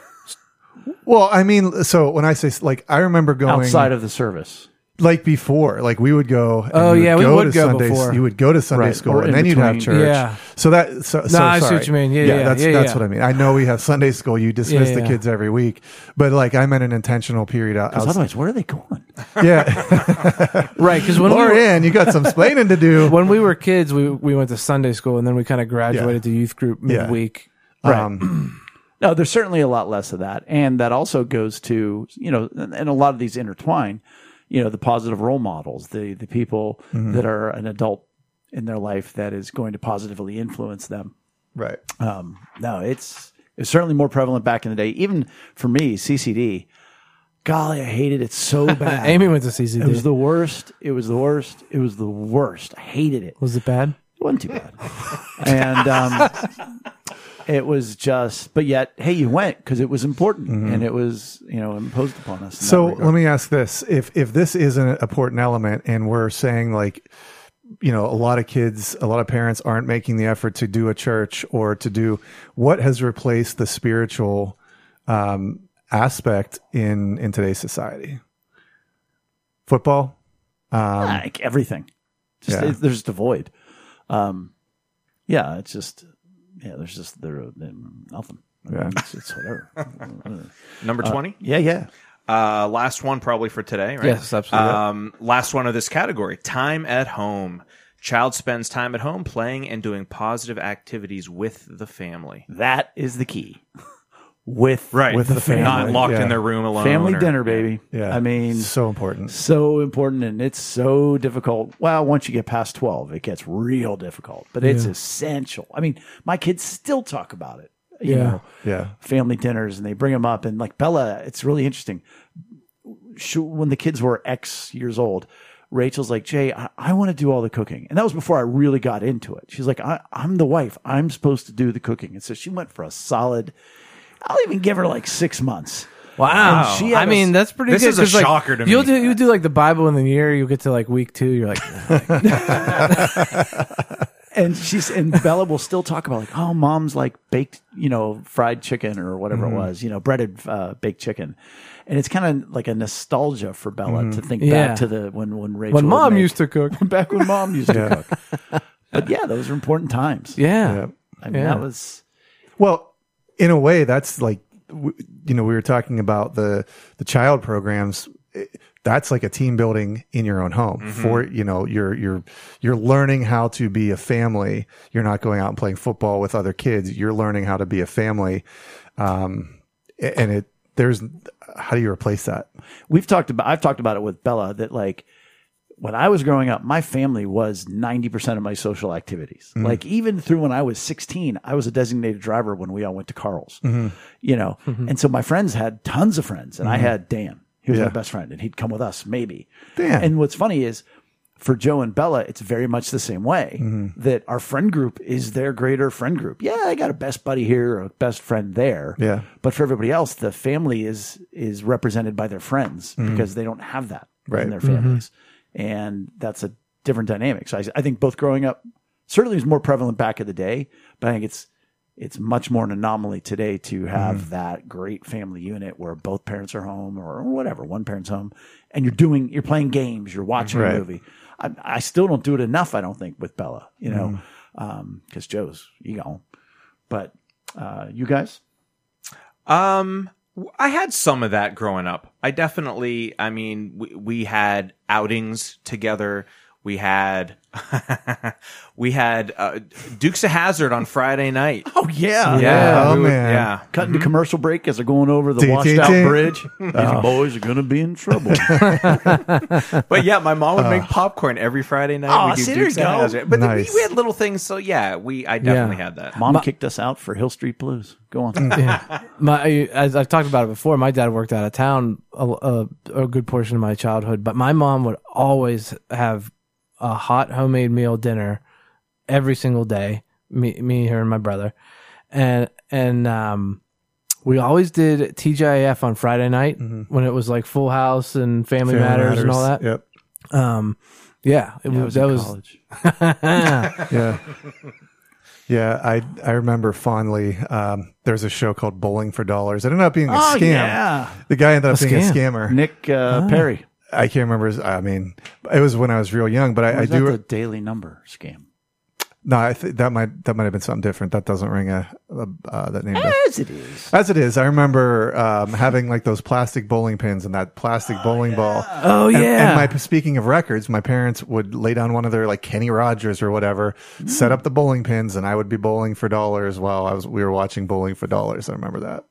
Well, I mean, so when I say s- like, I remember going
Outside of the service.
like before, like we would go. and
Oh,
you
yeah, we would
to
go
Sunday,
before.
You would go to Sunday
Right,
school,
or
and
in
then you'd have
between.
church.
Yeah.
So that so, so
I see
sorry.
what you mean. Yeah, yeah,
that's
yeah,
that's
yeah.
what I mean. I know we have Sunday school. You dismiss
Yeah,
the
yeah.
kids every week, but like I meant an intentional period out.
Because
outside-
otherwise, where are they going?
Yeah,
Right? Because when we
or
were,
in, you got some splaining to do.
when we were kids, we we went to Sunday school and then we kind of graduated to youth group
Yeah.
midweek.
Um, No, there's certainly a lot less of that. And that also goes to, you know, and and a lot of these intertwine, you know, the positive role models, the, the people
Mm-hmm.
that are an adult in their life that is going to positively influence them.
right.
Um, no, it's it's certainly more prevalent back in the day. Even for me, CCD, golly, I hated it so bad.
Amy went to
it was
CCD.
the worst. It was the worst. It was the worst. I hated it.
Was it bad?
It wasn't too bad. and um, it was just, but yet, hey, you went because it was important and it was, you know, imposed upon us. in that
Mm-hmm. So
regard.
let me ask this: if if this is an important element, and we're saying like, you know, a lot of kids, a lot of parents aren't making the effort to do a church or to do what has replaced the spiritual um, aspect in in today's society. Football,
like everything. Just
Yeah.
it, there's just a void. Um, yeah, it's just yeah, there's just there um, nothing. I mean,
Yeah.
it's, it's whatever.
Number 20.
yeah, yeah.
Uh, last one probably for today, right?
Yes, absolutely.
Um, last one of this category: time at home. Child spends time at home playing and doing positive activities with the family.
That is the key. With
With the family.
not locked
yeah.
in their room alone.
family
or-
dinner, baby.
yeah,
I mean,
so important.
so important and it's so difficult. Well, once you get past 12, it gets real difficult, but it's essential. I mean, my kids still talk about it. You
Yeah.
know,
Yeah,
family dinners and they bring them up and like Bella, it's really interesting. She, when the kids were X years old, Rachel's like, Jay, I, I want to do all the cooking. And that was before I really got into it. She's like, I, I'm the wife. I'm supposed to do the cooking. And so she went for a solid, I'll even give her like six months.
Wow.
And she had
I mean,
us-
that's pretty
This
good.
is a
'cause, like,
shocker to
you'll
me.
Do, you do like the Bible in the year, you'll get to like week two, you're like,
and she's and Bella will still talk about like, oh, mom's like baked, you know, fried chicken or whatever
Mm-hmm.
it was, you know, breaded uh, baked chicken, and it's kind of like a nostalgia for Bella to think
Mm-hmm. Yeah.
back to the when when Rachel
when
would
mom
make-
used to cook.
back when mom used to cook. But yeah, those are important times.
Yeah.
yeah.
I mean,
Yeah.
that was
Well, in a way, that's like w- you know we were talking about the the child programs. It- That's like a team building in your own home for you know you're you're you're learning how to be a family. You're not going out and playing football with other kids. You're learning how to be a family, um, a- and it there's how do you replace that?
we've talked about. I've talked about it with Bella that like when I was growing up, my family was ninety percent of my social activities. Like even through when I was sixteen, I was a designated driver when we all went to Carl's. You know,
Mm-hmm.
and so my friends had tons of friends, and I had Dan. He was
Yeah.
my best friend, and he'd come with us maybe.
Dan.
And what's funny is for Joe and Bella, it's very much the same way that our friend group is their greater friend group. Yeah, I got a best buddy here, or a best friend there.
Yeah.
But for everybody else, the family is is represented by their friends because they don't have that
Mm-hmm. Right. Mm-hmm.
in their families. And that's a different dynamic. So I, I think both growing up certainly was more prevalent back in the day, but I think it's it's much more an anomaly today to have
Mm-hmm.
that great family unit where both parents are home or whatever, one parent's home, and you're doing you're playing games, you're watching
Right.
a movie. I, I still don't do it enough, I don't think, with Bella, you know,
Mm-hmm.
because Joe's you know, but uh, you guys,
Um, w- I had some of that growing up. I definitely, I mean, we, we had outings together. We had, we had uh, Dukes of Hazard on Friday night.
oh yeah,
Yeah,
Oh,
we would-
man.
yeah.
Cutting to commercial break as they're going over the
Ding,
washed
ding,
out
ding.
bridge. These boys are going to be in trouble.
But yeah, my mom would make popcorn every Friday night.
Aw,
we do
see, there you
Dukes of
go.
Hazzard. But then we-
Nice.
we, had little things. So yeah, we I definitely had that.
Mom kicked us out for Hill Street Blues. Go on.
my as I've talked about it before, my dad worked out of town a, a, a good portion of my childhood, but my mom would always have a hot homemade meal dinner every single day. Me, me, her, and my brother, and and um, we always did TGIF on Friday night when it was like Full House and Mm-hmm. Family,
Family
Matters, and all that.
Yep.
Um, yeah, it was, that was
Yeah. Yeah, I I remember fondly. Um, there's a show called Bowling for Dollars. It ended up being a
Oh,
scam.
yeah.
The guy ended up being a
scam.
scammer.
Nick uh, Perry.
I can't remember. His, I mean, it was when I was real young, but I, I
I do
do.
the daily number scam.
no, I th- that might that might have been something different. That doesn't ring a, a uh, that name. does-
As it is.
As it is, I remember um, having like those plastic bowling pins and that plastic bowling ball.
oh yeah.
And, and my speaking of records, my parents would lay down one of their like Kenny Rogers or whatever, set up the bowling pins, and I would be bowling for dollars while I was we were watching Bowling for Dollars. I remember that.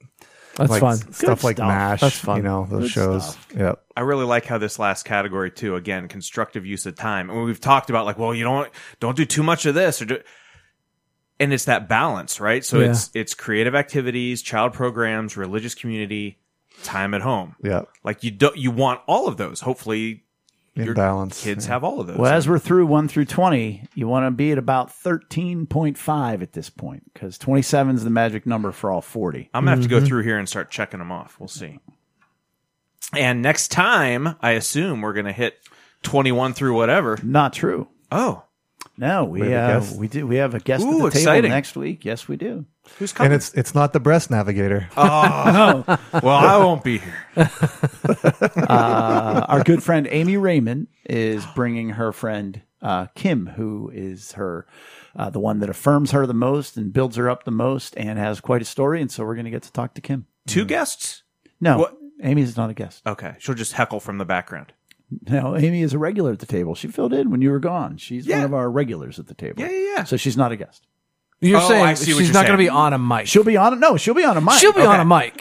That's
like
fun.
s- stuff
Good
like
stuff.
Mash.
That's fun.
You know those
Good
shows.
stuff.
Yep.
I really like how this last category too. Again, constructive use of time, and we've talked about like, well, you don't don't do too much of this, or do, and it's that balance, right? So
Yeah.
it's it's creative activities, child programs, religious community, time at home.
Yep.
Like you don't you want all of those. Hopefully,
In
your
balance.
kids have all of those.
Well, as we're through 1 through 20, you want to be at about 13.5 at this point because 27 is the magic number for all 40.
I'm gonna have to go through here and start checking them off. We'll see. And next time, I assume we're gonna hit 21 through whatever.
Not true.
Oh,
No, we
have a
uh,
guest?
we do we have a guest at
Ooh,
the
exciting.
table next week. Yes, we do.
who's coming?
And it's it's not the breast navigator.
well, I won't be here.
Uh, our good friend Amy Raymond is bringing her friend uh, Kim, who is her uh, the one that affirms her the most and builds her up the most, and has quite a story. And so we're going to get to talk to Kim.
Two guests.
No,
What-
Amy is not a guest.
Okay, she'll just heckle from the background.
No, Amy is a regular at the table. She filled in when you were gone. She's one
Yeah.
of our regulars at the table.
Yeah, yeah, yeah.
So she's not a guest.
You're
Oh, I
saying
see
she's
what you're
not going to
saying.
be on a mic.
She'll be on. No, she'll be on a mic. Oh,
She'll be on a mic.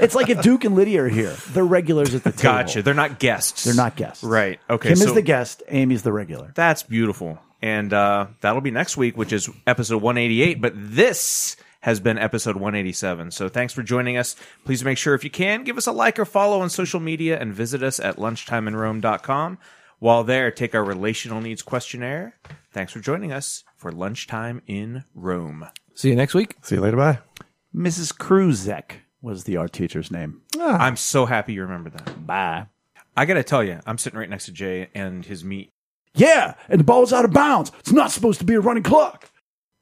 It's like if Duke and Lydia are here. They're regulars at the table.
Gotcha. They're not guests.
They're not guests.
Right. Okay.
Kim
so
is the guest. Amy's the regular.
That's beautiful. And uh, that'll be next week, which is episode 188. But this has been episode 187. So thanks for joining us. Please make sure, if you can, give us a like or follow on social media and visit us at lunchtimeinrome.com. While there, take our relational needs questionnaire. Thanks for joining us for Lunchtime in Rome.
See you next week.
See you later. Bye.
Mrs. Kruzek was the art teacher's name.
I'm so happy you remember that.
Bye.
I got to tell you, I'm sitting right next to Jay and his meat.
Yeah, and the ball's out of bounds. It's not supposed to be a running clock.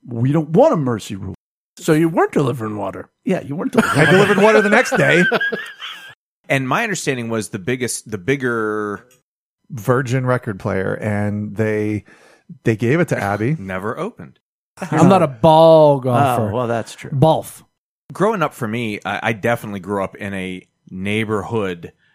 We don't want a mercy rule.
So you weren't delivering water.
Yeah, you weren't.
I delivered water the next day.
And my understanding was the biggest, the bigger
Virgin record player, and they they gave it to Abby.
never opened.
I'm not a ball golfer.
Oh, well, that's true.
Balf.
growing up for me, I, I definitely grew up in a neighborhood